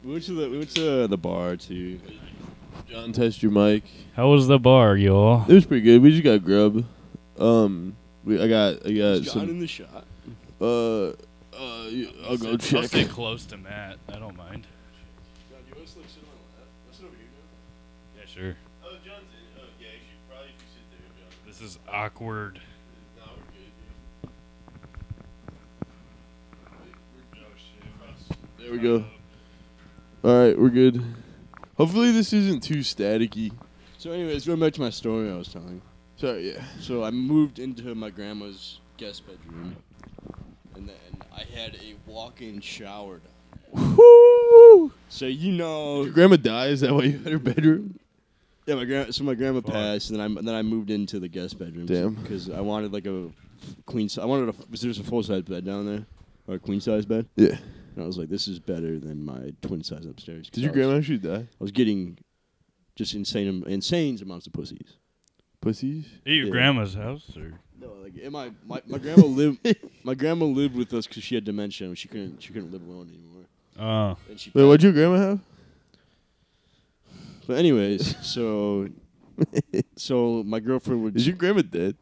[SPEAKER 2] we went to the we went to the bar too.
[SPEAKER 1] uh, John, test your mic.
[SPEAKER 3] How was the bar, y'all?
[SPEAKER 1] It was pretty good. We just got grub. Um, we I got I got
[SPEAKER 2] Is John
[SPEAKER 1] some.
[SPEAKER 2] in the shot.
[SPEAKER 1] Uh, uh, y- I'll go
[SPEAKER 3] I'll
[SPEAKER 1] check. [LAUGHS]
[SPEAKER 3] stay close to Matt. I don't mind.
[SPEAKER 2] John, you want to like sit on my lap? sit over here, John.
[SPEAKER 3] Yeah, sure.
[SPEAKER 1] Oh, John's in. Oh, yeah, you should probably sit there, John.
[SPEAKER 3] This is awkward.
[SPEAKER 1] There we go. All right, we're good. Hopefully this isn't too staticky.
[SPEAKER 2] So anyways, going back to my story I was telling.
[SPEAKER 1] Sorry, yeah.
[SPEAKER 2] So I moved into my grandma's guest bedroom, and then I had a walk-in shower. down.
[SPEAKER 1] Woo!
[SPEAKER 2] So you know,
[SPEAKER 1] Your grandma dies that way. You had her bedroom.
[SPEAKER 2] yeah, my grand. So my grandma passed, and then I then I moved into the guest bedroom.
[SPEAKER 1] Damn.
[SPEAKER 2] Because I wanted like a queen. si- I wanted a was there's a full size bed down there, or a queen size bed,
[SPEAKER 1] Yeah.
[SPEAKER 2] and I was like, this is better than my twin size upstairs. 'cause
[SPEAKER 1] Did your
[SPEAKER 2] I was-
[SPEAKER 1] grandma actually die?
[SPEAKER 2] I was getting just insane am- insane amounts of pussies.
[SPEAKER 1] Pussies.
[SPEAKER 3] At your
[SPEAKER 2] Yeah.
[SPEAKER 3] grandma's house, or
[SPEAKER 2] No, like and my, my my grandma [LAUGHS] lived my grandma lived with us because she had dementia and she couldn't she couldn't live alone anymore.
[SPEAKER 3] oh,
[SPEAKER 2] And she
[SPEAKER 1] Wait, what'd your grandma have?
[SPEAKER 2] But anyways, [LAUGHS] so so my girlfriend would
[SPEAKER 1] Is your grandma dead?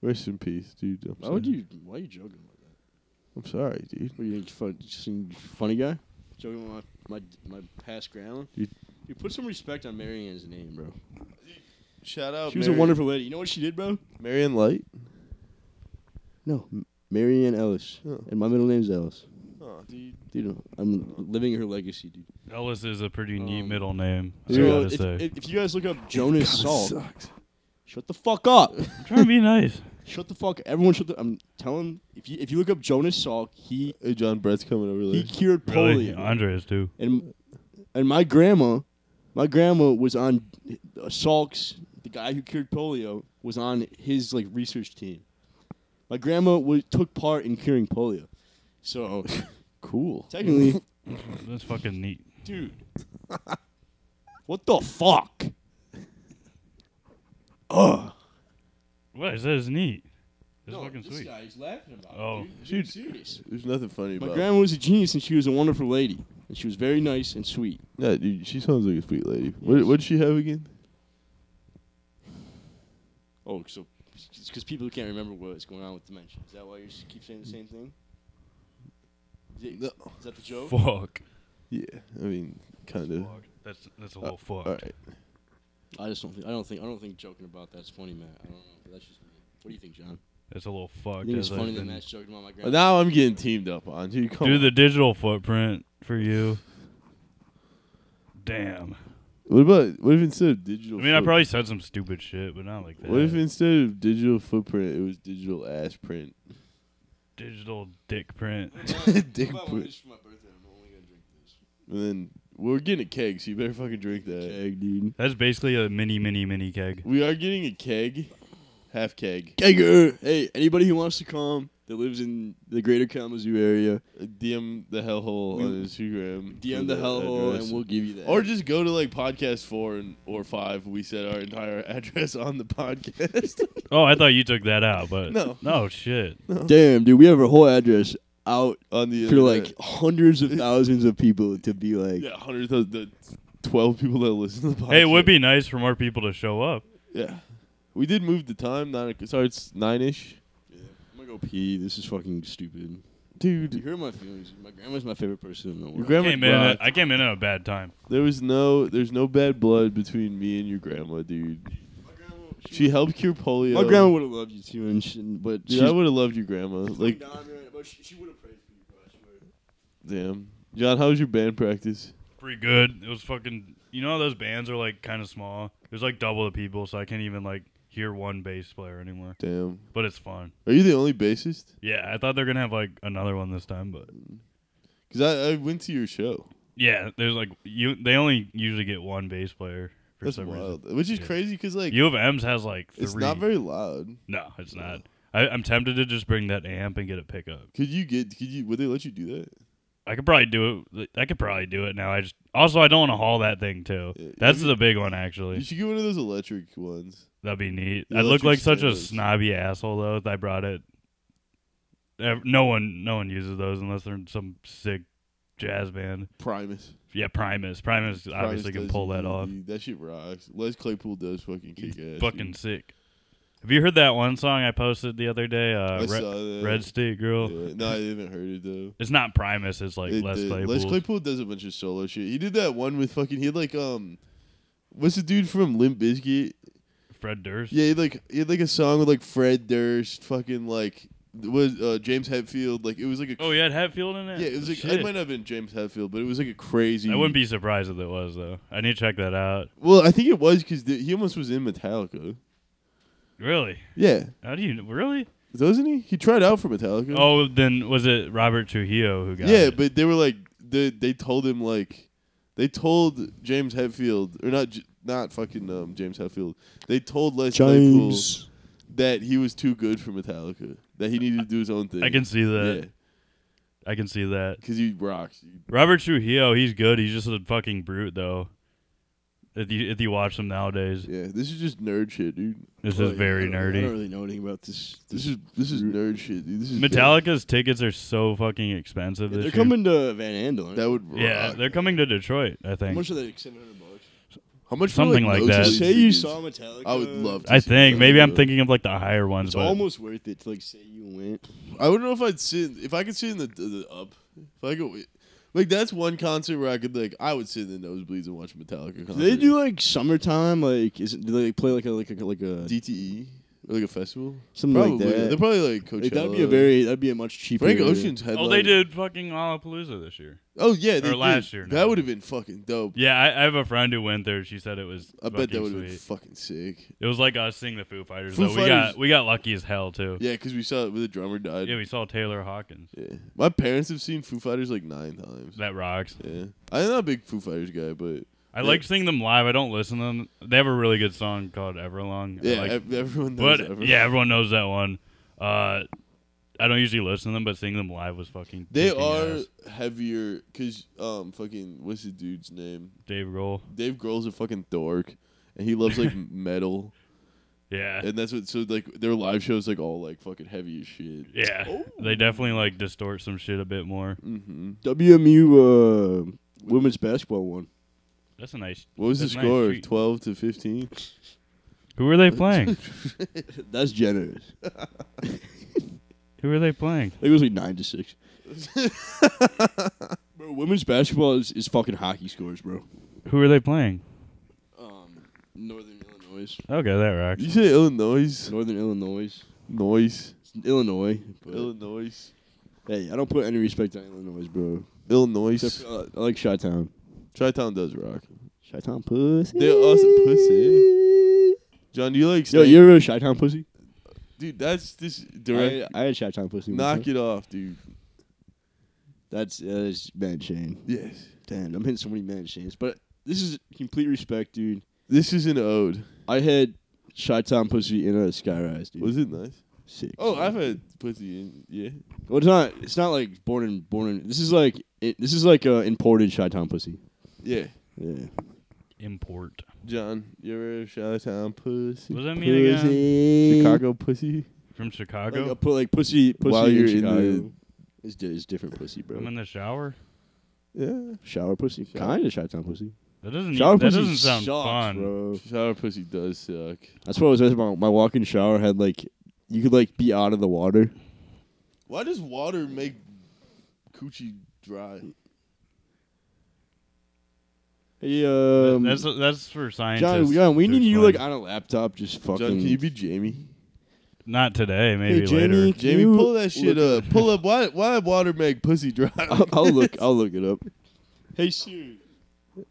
[SPEAKER 1] Rest in peace, dude. I'm
[SPEAKER 2] why would
[SPEAKER 1] sorry.
[SPEAKER 2] you why are you joking about that?
[SPEAKER 1] I'm sorry, dude.
[SPEAKER 2] What you think fun, just think you're a funny guy? Joking about my my, my past grandma?
[SPEAKER 1] You-
[SPEAKER 2] You, put some respect on Marianne's name, bro.
[SPEAKER 1] Shout out.
[SPEAKER 2] She was a wonderful lady. You know what she did, bro?
[SPEAKER 1] Marion Light.
[SPEAKER 2] No, Marianne Ellis,
[SPEAKER 1] Oh.
[SPEAKER 2] and my middle name's Ellis.
[SPEAKER 1] Oh, dude.
[SPEAKER 2] Dude, I'm living her legacy, dude.
[SPEAKER 3] Ellis is a pretty neat
[SPEAKER 2] Um,
[SPEAKER 3] middle name. I
[SPEAKER 2] So
[SPEAKER 3] gotta
[SPEAKER 2] if,
[SPEAKER 3] say.
[SPEAKER 2] if, if you guys look up Jonas Salk,
[SPEAKER 1] sucks.
[SPEAKER 2] shut the fuck up.
[SPEAKER 3] I'm trying to
[SPEAKER 2] [LAUGHS]
[SPEAKER 3] be nice.
[SPEAKER 2] shut the fuck. Everyone, shut the. I'm telling. If you if you look up Jonas Salk, he
[SPEAKER 1] Hey, John Brett's coming over
[SPEAKER 2] he
[SPEAKER 1] later.
[SPEAKER 2] cured
[SPEAKER 3] Really,
[SPEAKER 2] polio.
[SPEAKER 3] [LAUGHS] Andres too.
[SPEAKER 2] and and my grandma, my grandma was on uh, Salk's. The guy who cured polio was on his like research team. My grandma was, took part in curing polio,
[SPEAKER 3] [LAUGHS]
[SPEAKER 2] so
[SPEAKER 1] Cool.
[SPEAKER 2] technically,
[SPEAKER 3] That's fucking neat.
[SPEAKER 2] dude, what the fuck? Ugh.
[SPEAKER 3] What is that? Is neat. That's
[SPEAKER 2] No,
[SPEAKER 3] fucking
[SPEAKER 2] this
[SPEAKER 3] sweet.
[SPEAKER 2] guy, he's laughing about it,
[SPEAKER 3] Oh.
[SPEAKER 2] dude.
[SPEAKER 1] Dude.
[SPEAKER 2] Dude, serious.
[SPEAKER 1] There's nothing funny
[SPEAKER 2] My
[SPEAKER 1] about.
[SPEAKER 2] grandma was a genius, and she was a wonderful lady, and she was very nice and sweet.
[SPEAKER 1] Yeah, dude, she sounds like a sweet lady. What what did she have again?
[SPEAKER 2] Oh, so because people can't remember what's going on with dementia. Is that why you s- keep saying the same thing? Is, it- is that the joke?
[SPEAKER 3] Fuck.
[SPEAKER 1] Yeah, I mean, kind of.
[SPEAKER 3] That's that's
[SPEAKER 2] Uh,
[SPEAKER 3] a little fucked.
[SPEAKER 1] All right.
[SPEAKER 2] I just don't think. I don't think. I don't think joking about that's funny, man. I don't know. But that's just me. What do you think, John?
[SPEAKER 3] That's a little
[SPEAKER 2] I
[SPEAKER 3] fucked.
[SPEAKER 2] think it's
[SPEAKER 3] as I've
[SPEAKER 2] funny that
[SPEAKER 3] been-
[SPEAKER 2] Matt's joking about my grandma.
[SPEAKER 1] Now I'm getting teamed up on, dude. Come
[SPEAKER 3] Do
[SPEAKER 1] on.
[SPEAKER 3] the digital footprint for you. Damn.
[SPEAKER 1] What about what if instead of digital?
[SPEAKER 3] I mean, I
[SPEAKER 1] foot-
[SPEAKER 3] probably said some stupid shit, but not like that.
[SPEAKER 1] What if instead of digital footprint, it was digital ass print?
[SPEAKER 3] digital dick print?
[SPEAKER 2] [LAUGHS]
[SPEAKER 1] Dick
[SPEAKER 2] How about
[SPEAKER 1] print.
[SPEAKER 2] this for my birthday? I'm only gonna drink this.
[SPEAKER 1] And then we're getting a keg, so you better fucking drink that.
[SPEAKER 2] Keg, dude.
[SPEAKER 3] That's basically a mini, mini, mini keg.
[SPEAKER 1] We are getting a keg, half keg.
[SPEAKER 2] Kegger. Hey, anybody who wants to come that lives in the greater Kalamazoo area,
[SPEAKER 1] DM the hellhole
[SPEAKER 2] We-
[SPEAKER 1] on Instagram. for
[SPEAKER 2] DM the hellhole
[SPEAKER 1] address.
[SPEAKER 2] and we'll give you that.
[SPEAKER 1] Or just go to like podcast four and or five. We said our entire [LAUGHS] address on the podcast. [LAUGHS]
[SPEAKER 3] Oh, I thought you took that out, but
[SPEAKER 1] No.
[SPEAKER 3] no shit.
[SPEAKER 2] damn, dude, we have our whole address out
[SPEAKER 1] on the
[SPEAKER 2] for
[SPEAKER 1] internet.
[SPEAKER 2] like hundreds of thousands of people to be like,
[SPEAKER 1] yeah, hundred thou- the twelve people that listen to the podcast.
[SPEAKER 3] Hey, it would be nice for more people to show up.
[SPEAKER 1] Yeah, we did move the time. Nine. o- Sorry, it's nine ish.
[SPEAKER 2] I'm gonna go pee. This is fucking stupid. You
[SPEAKER 1] Dude,
[SPEAKER 2] hurt my feelings. My grandma's my favorite person in the
[SPEAKER 1] your
[SPEAKER 2] world.
[SPEAKER 1] grandma.
[SPEAKER 3] Came in at,
[SPEAKER 1] rocked.
[SPEAKER 3] I came in at a bad time.
[SPEAKER 1] There was no, there's no bad blood between me and your grandma, dude.
[SPEAKER 2] my grandma,
[SPEAKER 1] She helped cure polio.
[SPEAKER 2] my grandma would have loved you too, and she, but
[SPEAKER 1] Dude, I
[SPEAKER 2] she's-
[SPEAKER 1] would have loved your grandma. Like,
[SPEAKER 2] she, would have prayed for you, bro.
[SPEAKER 1] damn, John, how was your band practice?
[SPEAKER 3] Pretty good. It was fucking. You know how those bands are like kind of small. There's like double the people, so I can't even like hear one bass player anymore.
[SPEAKER 1] Damn,
[SPEAKER 3] But it's fun.
[SPEAKER 1] are you the only bassist?
[SPEAKER 3] Yeah, I thought they're gonna have like another one this time, but
[SPEAKER 1] Cause I, I went to your show.
[SPEAKER 3] yeah, there's like you. They only usually get one bass player for
[SPEAKER 1] That's
[SPEAKER 3] some
[SPEAKER 1] wild, which is
[SPEAKER 3] Yeah.
[SPEAKER 1] crazy. Cause like,
[SPEAKER 3] reason. U of M's has like three.
[SPEAKER 1] it's not very loud.
[SPEAKER 3] no, it's not. I, I'm tempted to just bring that amp and get a pickup.
[SPEAKER 1] Could you get? Could you? Would they let you do that?
[SPEAKER 3] I could probably do it. I could probably do it now. I just also I don't want to haul that thing too.
[SPEAKER 1] Yeah,
[SPEAKER 3] That's
[SPEAKER 1] you-
[SPEAKER 3] the big one
[SPEAKER 1] You
[SPEAKER 3] actually.
[SPEAKER 1] should get one of those electric ones.
[SPEAKER 3] That'd be neat.
[SPEAKER 1] The
[SPEAKER 3] I look
[SPEAKER 1] electric
[SPEAKER 3] like such a
[SPEAKER 1] stairs.
[SPEAKER 3] snobby asshole though. If I brought it, Ev- no one no one uses those unless they're in some sick jazz band.
[SPEAKER 1] Primus.
[SPEAKER 3] Yeah, Primus. Primus, obviously
[SPEAKER 1] Primus
[SPEAKER 3] can
[SPEAKER 1] does
[SPEAKER 3] pull that
[SPEAKER 1] it,
[SPEAKER 3] off.
[SPEAKER 1] dude. That shit rocks. Les Claypool does fucking kick ass.
[SPEAKER 3] Fucking
[SPEAKER 1] dude.
[SPEAKER 3] sick. Have you heard that one song I posted the other day?
[SPEAKER 1] I
[SPEAKER 3] Uh, Re-
[SPEAKER 1] saw that.
[SPEAKER 3] Red State Girl.
[SPEAKER 1] Yeah. No, I haven't heard it though.
[SPEAKER 3] It's not Primus. It's like
[SPEAKER 1] It
[SPEAKER 3] Les
[SPEAKER 1] did.
[SPEAKER 3] Claypool.
[SPEAKER 1] Les Claypool does a bunch of solo shit. He did that one with fucking. He had like um, what's the dude from Limp Bizkit?
[SPEAKER 3] Fred Durst.
[SPEAKER 1] Yeah, he had like he had like a song with like Fred Durst, fucking like was uh, James Hetfield. Like it was like a
[SPEAKER 3] Oh, yeah, it had Hatfield in it.
[SPEAKER 1] yeah, it was like
[SPEAKER 3] Shit.
[SPEAKER 1] it might not have been James Hetfield, but it was like a crazy.
[SPEAKER 3] I wouldn't be surprised if it was though. I need to check that out.
[SPEAKER 1] Well, I think it was because he almost was in Metallica.
[SPEAKER 3] Really?
[SPEAKER 1] Yeah,
[SPEAKER 3] How do you really?
[SPEAKER 1] doesn't he? He tried out for Metallica.
[SPEAKER 3] Oh, then was it Robert Trujillo who got
[SPEAKER 1] yeah,
[SPEAKER 3] it?
[SPEAKER 1] but they were like they they told him like they told James Hetfield or not J- not fucking um, James Hetfield. They told Les Claypool
[SPEAKER 2] James.
[SPEAKER 1] that he was too good for Metallica. That he needed to do his own thing.
[SPEAKER 3] I can see that.
[SPEAKER 1] yeah,
[SPEAKER 3] I can see that.
[SPEAKER 1] because he rocks.
[SPEAKER 3] Robert Trujillo, he's good. He's just a fucking brute though. If you if you watch him nowadays,
[SPEAKER 1] Yeah, this is just nerd shit, dude.
[SPEAKER 3] this
[SPEAKER 2] Oh,
[SPEAKER 3] is
[SPEAKER 2] yeah,
[SPEAKER 3] very
[SPEAKER 2] I don't- I don't
[SPEAKER 3] nerdy.
[SPEAKER 2] really know anything about this.
[SPEAKER 1] This is this is nerd shit, dude. This is
[SPEAKER 3] Metallica's tickets are so fucking expensive
[SPEAKER 2] Yeah,
[SPEAKER 3] this
[SPEAKER 2] they're
[SPEAKER 3] year.
[SPEAKER 2] coming to Van Andel.
[SPEAKER 1] That would rock.
[SPEAKER 3] yeah, they're coming to Detroit. I
[SPEAKER 2] How
[SPEAKER 3] think.
[SPEAKER 2] much are they? Like Seven hundred bucks.
[SPEAKER 1] How much for,
[SPEAKER 3] something like that.
[SPEAKER 1] nosebleeds
[SPEAKER 2] Say you
[SPEAKER 1] tickets?
[SPEAKER 2] saw Metallica.
[SPEAKER 1] I would love. to
[SPEAKER 3] I
[SPEAKER 1] see
[SPEAKER 3] think
[SPEAKER 1] Metallica.
[SPEAKER 3] maybe I'm thinking of like the higher ones,
[SPEAKER 2] It's
[SPEAKER 3] but
[SPEAKER 2] almost worth it to like say you went.
[SPEAKER 1] I wouldn't know if I'd sit if I could sit in the, the, the up. If I could, like that's one concert where I could like I would sit in the nosebleeds and watch a Metallica concert.
[SPEAKER 2] Do they do like summertime? Like, is it, do they play like a like a like a
[SPEAKER 1] DTE Or, E? like a festival?
[SPEAKER 2] something
[SPEAKER 1] Probably.
[SPEAKER 2] like that?
[SPEAKER 1] They're probably like Coachella.
[SPEAKER 2] Like, that'd be a very that'd be a much cheaper.
[SPEAKER 1] Frank Ocean's headline.
[SPEAKER 3] oh, they did fucking Lollapalooza this year.
[SPEAKER 1] Oh yeah, they
[SPEAKER 3] Or
[SPEAKER 1] did.
[SPEAKER 3] last year,
[SPEAKER 1] That
[SPEAKER 3] no.
[SPEAKER 1] would have been fucking dope.
[SPEAKER 3] Yeah, I, I have a friend who went there. She said it was.
[SPEAKER 1] I bet that
[SPEAKER 3] fucking
[SPEAKER 1] would have been
[SPEAKER 3] sweet.
[SPEAKER 1] fucking sick.
[SPEAKER 3] It was like us seeing the Foo Fighters.
[SPEAKER 1] Foo
[SPEAKER 3] though. We
[SPEAKER 1] Fighters-
[SPEAKER 3] got we got lucky as hell too.
[SPEAKER 1] Yeah, because we saw it where the drummer died.
[SPEAKER 3] Yeah, we saw Taylor Hawkins.
[SPEAKER 1] Yeah. My parents have seen Foo Fighters like nine times.
[SPEAKER 3] That rocks.
[SPEAKER 1] yeah, I'm not a big Foo Fighters guy, but
[SPEAKER 3] I
[SPEAKER 1] Yeah.
[SPEAKER 3] like seeing them live. I don't listen to them. They have a really good song called Everlong. I
[SPEAKER 1] yeah,
[SPEAKER 3] like-
[SPEAKER 1] ev- everyone knows.
[SPEAKER 3] but
[SPEAKER 1] everyone.
[SPEAKER 3] yeah, everyone knows that one. Uh, I don't usually listen to them, but seeing them live was fucking.
[SPEAKER 1] They
[SPEAKER 3] kicking
[SPEAKER 1] are
[SPEAKER 3] ass.
[SPEAKER 1] heavier because um fucking what's the dude's name?
[SPEAKER 3] Dave Grohl.
[SPEAKER 1] Dave Grohl's a fucking dork, and he loves
[SPEAKER 3] [LAUGHS]
[SPEAKER 1] like metal,
[SPEAKER 3] Yeah,
[SPEAKER 1] and that's what. So like their live shows like all like fucking heavy as shit.
[SPEAKER 3] yeah. They definitely like distort some shit a bit more.
[SPEAKER 1] Mm-hmm.
[SPEAKER 2] WMU uh, women's basketball one.
[SPEAKER 3] That's a nice.
[SPEAKER 1] What was the
[SPEAKER 3] that's a nice
[SPEAKER 1] score?
[SPEAKER 3] treat.
[SPEAKER 1] Twelve to fifteen.
[SPEAKER 3] Who
[SPEAKER 1] [LAUGHS]
[SPEAKER 3] were they playing?
[SPEAKER 2] That's generous.
[SPEAKER 3] Who were they playing?
[SPEAKER 2] I think it was like nine to [LAUGHS] six. bro, women's basketball is, is fucking hockey scores, bro.
[SPEAKER 3] Who were they playing?
[SPEAKER 2] Um, Northern Illinois.
[SPEAKER 3] Okay, that rocks.
[SPEAKER 1] You say Illinois?
[SPEAKER 2] Northern Illinois.
[SPEAKER 1] Noise.
[SPEAKER 2] It's Illinois. but-
[SPEAKER 1] Illinois.
[SPEAKER 2] hey, I don't put any respect on Illinois, bro. Except
[SPEAKER 1] Illinois.
[SPEAKER 2] for, uh, I like Chi Town.
[SPEAKER 1] Chi Town does rock.
[SPEAKER 2] Chi-town pussy.
[SPEAKER 1] They're awesome pussy. John, do you like?
[SPEAKER 2] Yo,
[SPEAKER 1] stank-
[SPEAKER 2] you ever a Chi-town pussy?
[SPEAKER 1] dude, that's just direct.
[SPEAKER 2] I, I had Chi-town pussy. one
[SPEAKER 1] knock
[SPEAKER 2] time.
[SPEAKER 1] it off, dude.
[SPEAKER 2] That's, uh, that's man shame.
[SPEAKER 1] Yes,
[SPEAKER 2] Damn, I'm hitting so many man shames. But this is complete respect, dude.
[SPEAKER 1] this is an ode.
[SPEAKER 2] I had Chi-town pussy in a skyrise, dude.
[SPEAKER 1] Was it nice?
[SPEAKER 2] Sick.
[SPEAKER 1] Oh, I've had pussy. In, yeah,
[SPEAKER 2] Well, it's not. It's not like born and born in. This is like it, this is like uh, imported Chi-town pussy.
[SPEAKER 1] yeah.
[SPEAKER 2] Yeah.
[SPEAKER 3] Import.
[SPEAKER 1] John, you ever shot town pussy?
[SPEAKER 3] What does that mean again?
[SPEAKER 1] Chicago pussy.
[SPEAKER 3] From
[SPEAKER 2] Like,
[SPEAKER 3] Chicago?
[SPEAKER 2] I put like pussy. pussy
[SPEAKER 1] While
[SPEAKER 2] in
[SPEAKER 1] you're in
[SPEAKER 2] Chicago.
[SPEAKER 1] the-
[SPEAKER 2] It's, di- it's different pussy, bro.
[SPEAKER 3] I'm in the shower.
[SPEAKER 1] Yeah,
[SPEAKER 2] Shower pussy,
[SPEAKER 1] Shower.
[SPEAKER 2] kind of Chi-town pussy.
[SPEAKER 3] That doesn't.
[SPEAKER 2] Shower
[SPEAKER 3] that
[SPEAKER 2] pussy
[SPEAKER 3] doesn't sound
[SPEAKER 2] sucks,
[SPEAKER 3] fun.
[SPEAKER 2] bro.
[SPEAKER 1] shower pussy does suck.
[SPEAKER 2] That's what I was asking about. My walk-in shower had like you could like be out of the water.
[SPEAKER 1] Why does water make coochie dry?
[SPEAKER 2] Hey,
[SPEAKER 3] That-
[SPEAKER 2] um,
[SPEAKER 3] that's that's for scientists.
[SPEAKER 2] John, John, we
[SPEAKER 3] to
[SPEAKER 2] need you
[SPEAKER 3] explain.
[SPEAKER 2] like on a laptop, just fucking.
[SPEAKER 1] John, can you be Jamie?
[SPEAKER 3] Not today. Maybe
[SPEAKER 2] hey, Jamie,
[SPEAKER 3] later.
[SPEAKER 2] can
[SPEAKER 1] Jamie,
[SPEAKER 2] you
[SPEAKER 1] pull that shit
[SPEAKER 2] look-
[SPEAKER 1] up. Pull up. Why? Why water make pussy [LAUGHS] dry?
[SPEAKER 2] I'll, I'll look. I'll look it up. Hey Siri.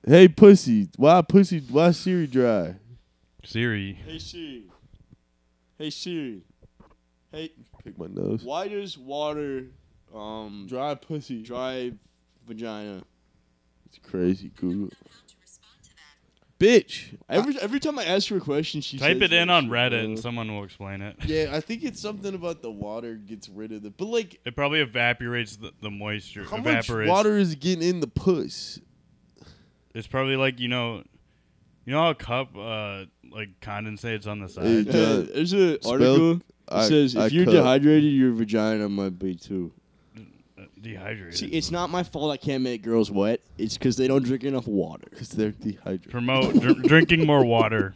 [SPEAKER 1] hey, pussy. Why pussy? Why Siri dry?
[SPEAKER 3] Siri.
[SPEAKER 2] Hey Siri. Hey Siri. Hey,
[SPEAKER 1] Pick my nose.
[SPEAKER 2] why does water um
[SPEAKER 1] Dry pussy.
[SPEAKER 2] dry vagina?
[SPEAKER 1] It's crazy, Google. Bitch.
[SPEAKER 2] Every every time I ask her a question, she
[SPEAKER 3] Type
[SPEAKER 2] says
[SPEAKER 3] it in
[SPEAKER 2] that
[SPEAKER 3] on
[SPEAKER 2] shit,
[SPEAKER 3] Reddit
[SPEAKER 2] bro.
[SPEAKER 3] and someone will explain it.
[SPEAKER 1] Yeah, I think it's something about the water gets rid of the. But like,
[SPEAKER 3] It probably evaporates the, the moisture.
[SPEAKER 1] how much
[SPEAKER 3] evaporates.
[SPEAKER 1] water is getting in the puss?
[SPEAKER 3] It's probably like you know, you know how a cup uh like condensates on the
[SPEAKER 1] It
[SPEAKER 2] [LAUGHS]
[SPEAKER 3] side.
[SPEAKER 2] Uh,
[SPEAKER 1] does.
[SPEAKER 2] there's an
[SPEAKER 1] Spell-
[SPEAKER 2] article that
[SPEAKER 1] I-
[SPEAKER 2] says if
[SPEAKER 1] I
[SPEAKER 2] you're
[SPEAKER 1] cut.
[SPEAKER 2] dehydrated, your vagina might be too.
[SPEAKER 3] Dehydrated.
[SPEAKER 2] See, it's not my fault I can't make girls wet. It's because they don't drink enough water. [LAUGHS]
[SPEAKER 1] Because they're dehydrated.
[SPEAKER 3] Promote dr- drinking more water.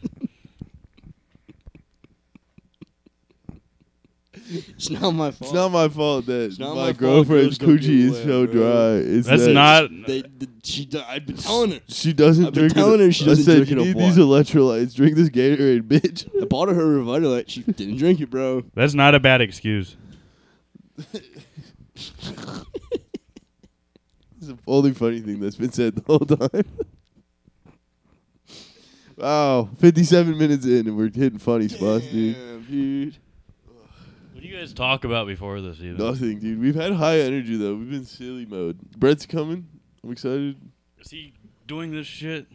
[SPEAKER 2] It's not my fault.
[SPEAKER 1] It's not my fault that
[SPEAKER 2] It's
[SPEAKER 1] my,
[SPEAKER 2] not my fault
[SPEAKER 1] girlfriend's
[SPEAKER 2] girls don't get
[SPEAKER 1] coochie is
[SPEAKER 2] wet,
[SPEAKER 1] so
[SPEAKER 2] bro.
[SPEAKER 1] dry. It's
[SPEAKER 3] That's
[SPEAKER 1] that
[SPEAKER 3] not. [LAUGHS]
[SPEAKER 2] They, th- she, di- I've been telling her.
[SPEAKER 1] She doesn't
[SPEAKER 2] I've been
[SPEAKER 1] drink.
[SPEAKER 2] telling
[SPEAKER 1] it-
[SPEAKER 2] her she
[SPEAKER 1] I
[SPEAKER 2] doesn't
[SPEAKER 1] said,
[SPEAKER 2] drink
[SPEAKER 1] you
[SPEAKER 2] enough
[SPEAKER 1] need these electrolytes. Drink this Gatorade, [LAUGHS] bitch.
[SPEAKER 2] I bought her her Revitolite. She didn't drink it, bro.
[SPEAKER 3] That's not a bad excuse.
[SPEAKER 1] It's the only funny thing that's been said the whole time. [LAUGHS] wow, fifty-seven minutes in, and we're hitting funny spots, dude.
[SPEAKER 2] Damn, dude.
[SPEAKER 3] What do you guys talk about before this even?
[SPEAKER 1] Nothing, dude. We've had high energy though. We've been silly mode. Brett's coming. I'm excited.
[SPEAKER 3] Is he doing this shit?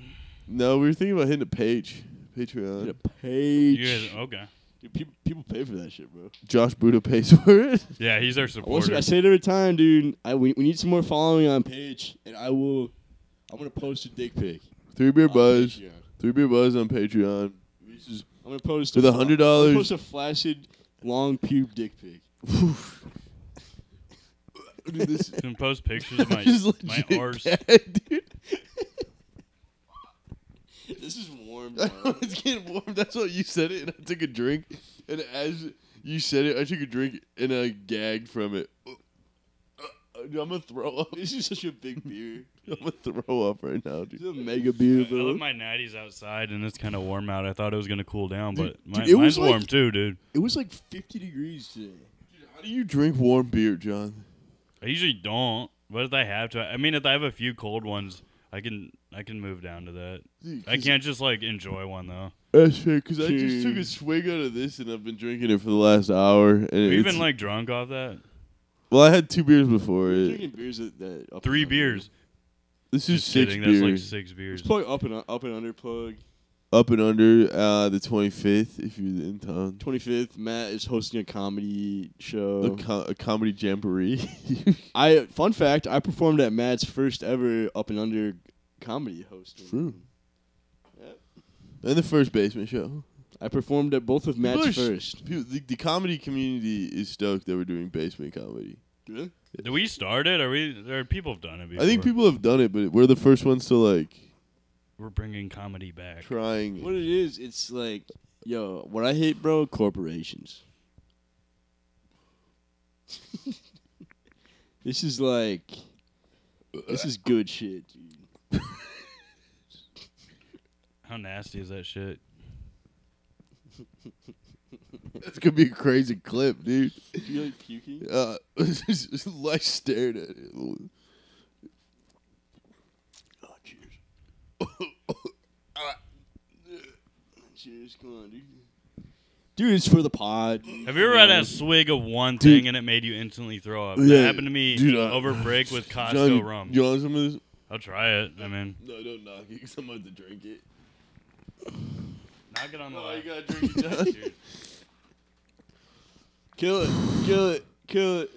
[SPEAKER 1] No, we were thinking about hitting a page,
[SPEAKER 2] Get
[SPEAKER 1] Patreon.
[SPEAKER 2] a page.
[SPEAKER 3] You guys, okay.
[SPEAKER 2] Dude, people, people pay for that shit, bro.
[SPEAKER 1] Josh Buddha pays [LAUGHS] for it.
[SPEAKER 3] Yeah, he's our
[SPEAKER 2] I, want
[SPEAKER 3] supporter.
[SPEAKER 2] you- I say it every time, dude. I we, we need some more following on page, and I will. I'm gonna post a dick pic.
[SPEAKER 1] Three
[SPEAKER 3] Oh,
[SPEAKER 1] beer
[SPEAKER 2] on
[SPEAKER 1] buzz.
[SPEAKER 2] Patreon.
[SPEAKER 1] Three beer buzz on Patreon.
[SPEAKER 2] This is- I'm gonna post
[SPEAKER 1] With
[SPEAKER 2] a
[SPEAKER 1] a
[SPEAKER 2] fla-
[SPEAKER 1] hundred
[SPEAKER 2] I'm gonna
[SPEAKER 1] dollars-
[SPEAKER 2] Post a flaccid long pube dick pic.
[SPEAKER 1] Dude, this [LAUGHS]
[SPEAKER 3] Can post pictures of [LAUGHS] my
[SPEAKER 1] is
[SPEAKER 3] my
[SPEAKER 1] legit
[SPEAKER 3] arse.
[SPEAKER 1] bad, dude.
[SPEAKER 2] [LAUGHS]
[SPEAKER 1] [LAUGHS]
[SPEAKER 2] This is warm.
[SPEAKER 1] I
[SPEAKER 2] bro.
[SPEAKER 1] was getting warm. That's why you said it, and I took a drink. And as you said it, I took a drink and I gagged from it. Dude, I'm gonna throw up.
[SPEAKER 2] [LAUGHS]
[SPEAKER 1] [LAUGHS]
[SPEAKER 2] this is such a big beer.
[SPEAKER 1] I'm gonna throw up right now,
[SPEAKER 2] This
[SPEAKER 1] dude.
[SPEAKER 2] is a mega beer,
[SPEAKER 3] I
[SPEAKER 2] bro.
[SPEAKER 3] left my natties outside and it's kind of warm out. I thought it was gonna cool down,
[SPEAKER 2] Dude,
[SPEAKER 3] but my,
[SPEAKER 2] dude, it was
[SPEAKER 3] mine's
[SPEAKER 2] like-
[SPEAKER 3] warm too, dude.
[SPEAKER 2] It was like 50 degrees today.
[SPEAKER 1] How do you drink warm beer, John?
[SPEAKER 3] I usually don't, but if I have to, I mean, if I have a few cold ones, I can I can move down to that.
[SPEAKER 1] Dude,
[SPEAKER 3] I
[SPEAKER 1] 'cause-
[SPEAKER 3] can't just like enjoy one though.
[SPEAKER 1] That's fair, because I just took a
[SPEAKER 2] Dude.
[SPEAKER 1] swig out of this and I've been drinking it for the last hour. And
[SPEAKER 3] We've
[SPEAKER 1] it's,
[SPEAKER 3] been like drunk off that.
[SPEAKER 1] well, I had two beers before it.
[SPEAKER 2] Drinking beers at that up
[SPEAKER 3] Three
[SPEAKER 2] and under.
[SPEAKER 3] beers.
[SPEAKER 1] This is
[SPEAKER 3] Just
[SPEAKER 1] six
[SPEAKER 3] kidding. That's like
[SPEAKER 1] beers.
[SPEAKER 3] six beers.
[SPEAKER 2] It's plug up and up and under plug.
[SPEAKER 1] Up and under uh, the 25th, if you're in town.
[SPEAKER 2] 25th, Matt is hosting a
[SPEAKER 1] A,
[SPEAKER 2] comedy show.
[SPEAKER 3] Oh.
[SPEAKER 1] co- a comedy jamboree. [LAUGHS]
[SPEAKER 2] I fun fact, I performed at Matt's first ever up and under comedy hosting.
[SPEAKER 1] True.
[SPEAKER 2] Yep.
[SPEAKER 1] And the first basement show.
[SPEAKER 2] I performed at both of Matt's
[SPEAKER 1] People are s-
[SPEAKER 2] first.
[SPEAKER 1] People, the, the comedy community is stoked that we're doing basement comedy.
[SPEAKER 2] Really?
[SPEAKER 3] Do we start it? Are we? Or people have done it before?
[SPEAKER 1] I think people have done it, but we're the first ones to like
[SPEAKER 3] We're bringing comedy back.
[SPEAKER 1] trying.
[SPEAKER 2] What it is, it's like, yo, what I hate, bro, corporations. [LAUGHS] this is like, this is good shit, dude.
[SPEAKER 3] How nasty is that shit?
[SPEAKER 1] [LAUGHS] That's gonna be a crazy clip, dude.
[SPEAKER 2] You like puking?
[SPEAKER 1] Uh, [LAUGHS] I stared at it. [LAUGHS]
[SPEAKER 2] Oh, cheers.
[SPEAKER 1] Uh,
[SPEAKER 2] cheers. Come on, dude. Dude, it's for the pod. dude.
[SPEAKER 3] Have you ever had
[SPEAKER 2] know?
[SPEAKER 3] a swig of one
[SPEAKER 1] Dude.
[SPEAKER 3] thing and it made you instantly throw up?
[SPEAKER 1] Yeah,
[SPEAKER 3] that happened to me
[SPEAKER 1] dude, uh, I-
[SPEAKER 3] over break
[SPEAKER 1] [LAUGHS] [SIGHS]
[SPEAKER 3] with Costco
[SPEAKER 1] John,
[SPEAKER 3] rum.
[SPEAKER 1] You want some of this?
[SPEAKER 3] I'll try it. I mean,
[SPEAKER 1] No, don't knock it because I'm about to drink it.
[SPEAKER 3] knock it on the
[SPEAKER 1] Oh, you
[SPEAKER 3] way.
[SPEAKER 1] gotta drink it, John. [LAUGHS]
[SPEAKER 3] Dude,
[SPEAKER 2] Kill it, kill it, kill it.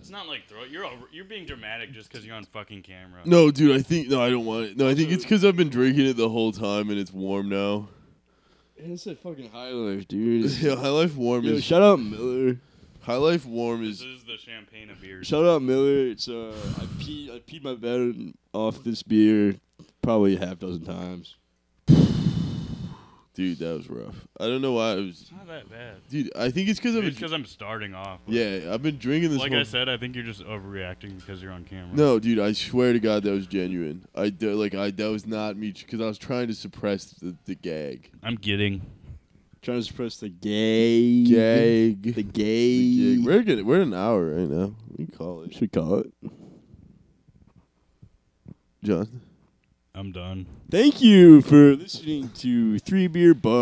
[SPEAKER 3] it's not like throw. You're over, you're being dramatic just because you're on fucking camera.
[SPEAKER 1] No, dude, I think no, I don't want it. No, I think
[SPEAKER 3] [LAUGHS]
[SPEAKER 1] it's because I've been drinking it the whole time and it's warm now. [LAUGHS]
[SPEAKER 2] It's a fucking high life, dude.
[SPEAKER 1] Yeah, High Life warm
[SPEAKER 2] Yo,
[SPEAKER 1] is
[SPEAKER 2] shout out Miller.
[SPEAKER 1] High Life warm
[SPEAKER 3] This
[SPEAKER 1] is
[SPEAKER 3] is the champagne of beers.
[SPEAKER 2] Shout out Miller. It's uh, I peed, I peed my bed off this beer probably a half dozen times.
[SPEAKER 1] dude. That was rough. I don't know why it was,
[SPEAKER 3] It's not that bad.
[SPEAKER 1] dude. I think it's because I've
[SPEAKER 3] It's
[SPEAKER 1] been
[SPEAKER 3] because I'm starting off.
[SPEAKER 1] yeah, I've been drinking this.
[SPEAKER 3] Like
[SPEAKER 1] whole-
[SPEAKER 3] I said, I think you're just overreacting because you're on camera.
[SPEAKER 1] No, dude, I swear to God that was genuine. I d- like I that was not me because I was trying to suppress the, the gag.
[SPEAKER 3] I'm kidding.
[SPEAKER 2] Trying to suppress the gay,
[SPEAKER 1] Gag.
[SPEAKER 2] the
[SPEAKER 1] The
[SPEAKER 2] gay.
[SPEAKER 1] gag. We're good. We're at an hour right now. We call it.
[SPEAKER 2] should call it.
[SPEAKER 1] John.
[SPEAKER 3] I'm done.
[SPEAKER 2] Thank you for listening to Three Beer Buzz.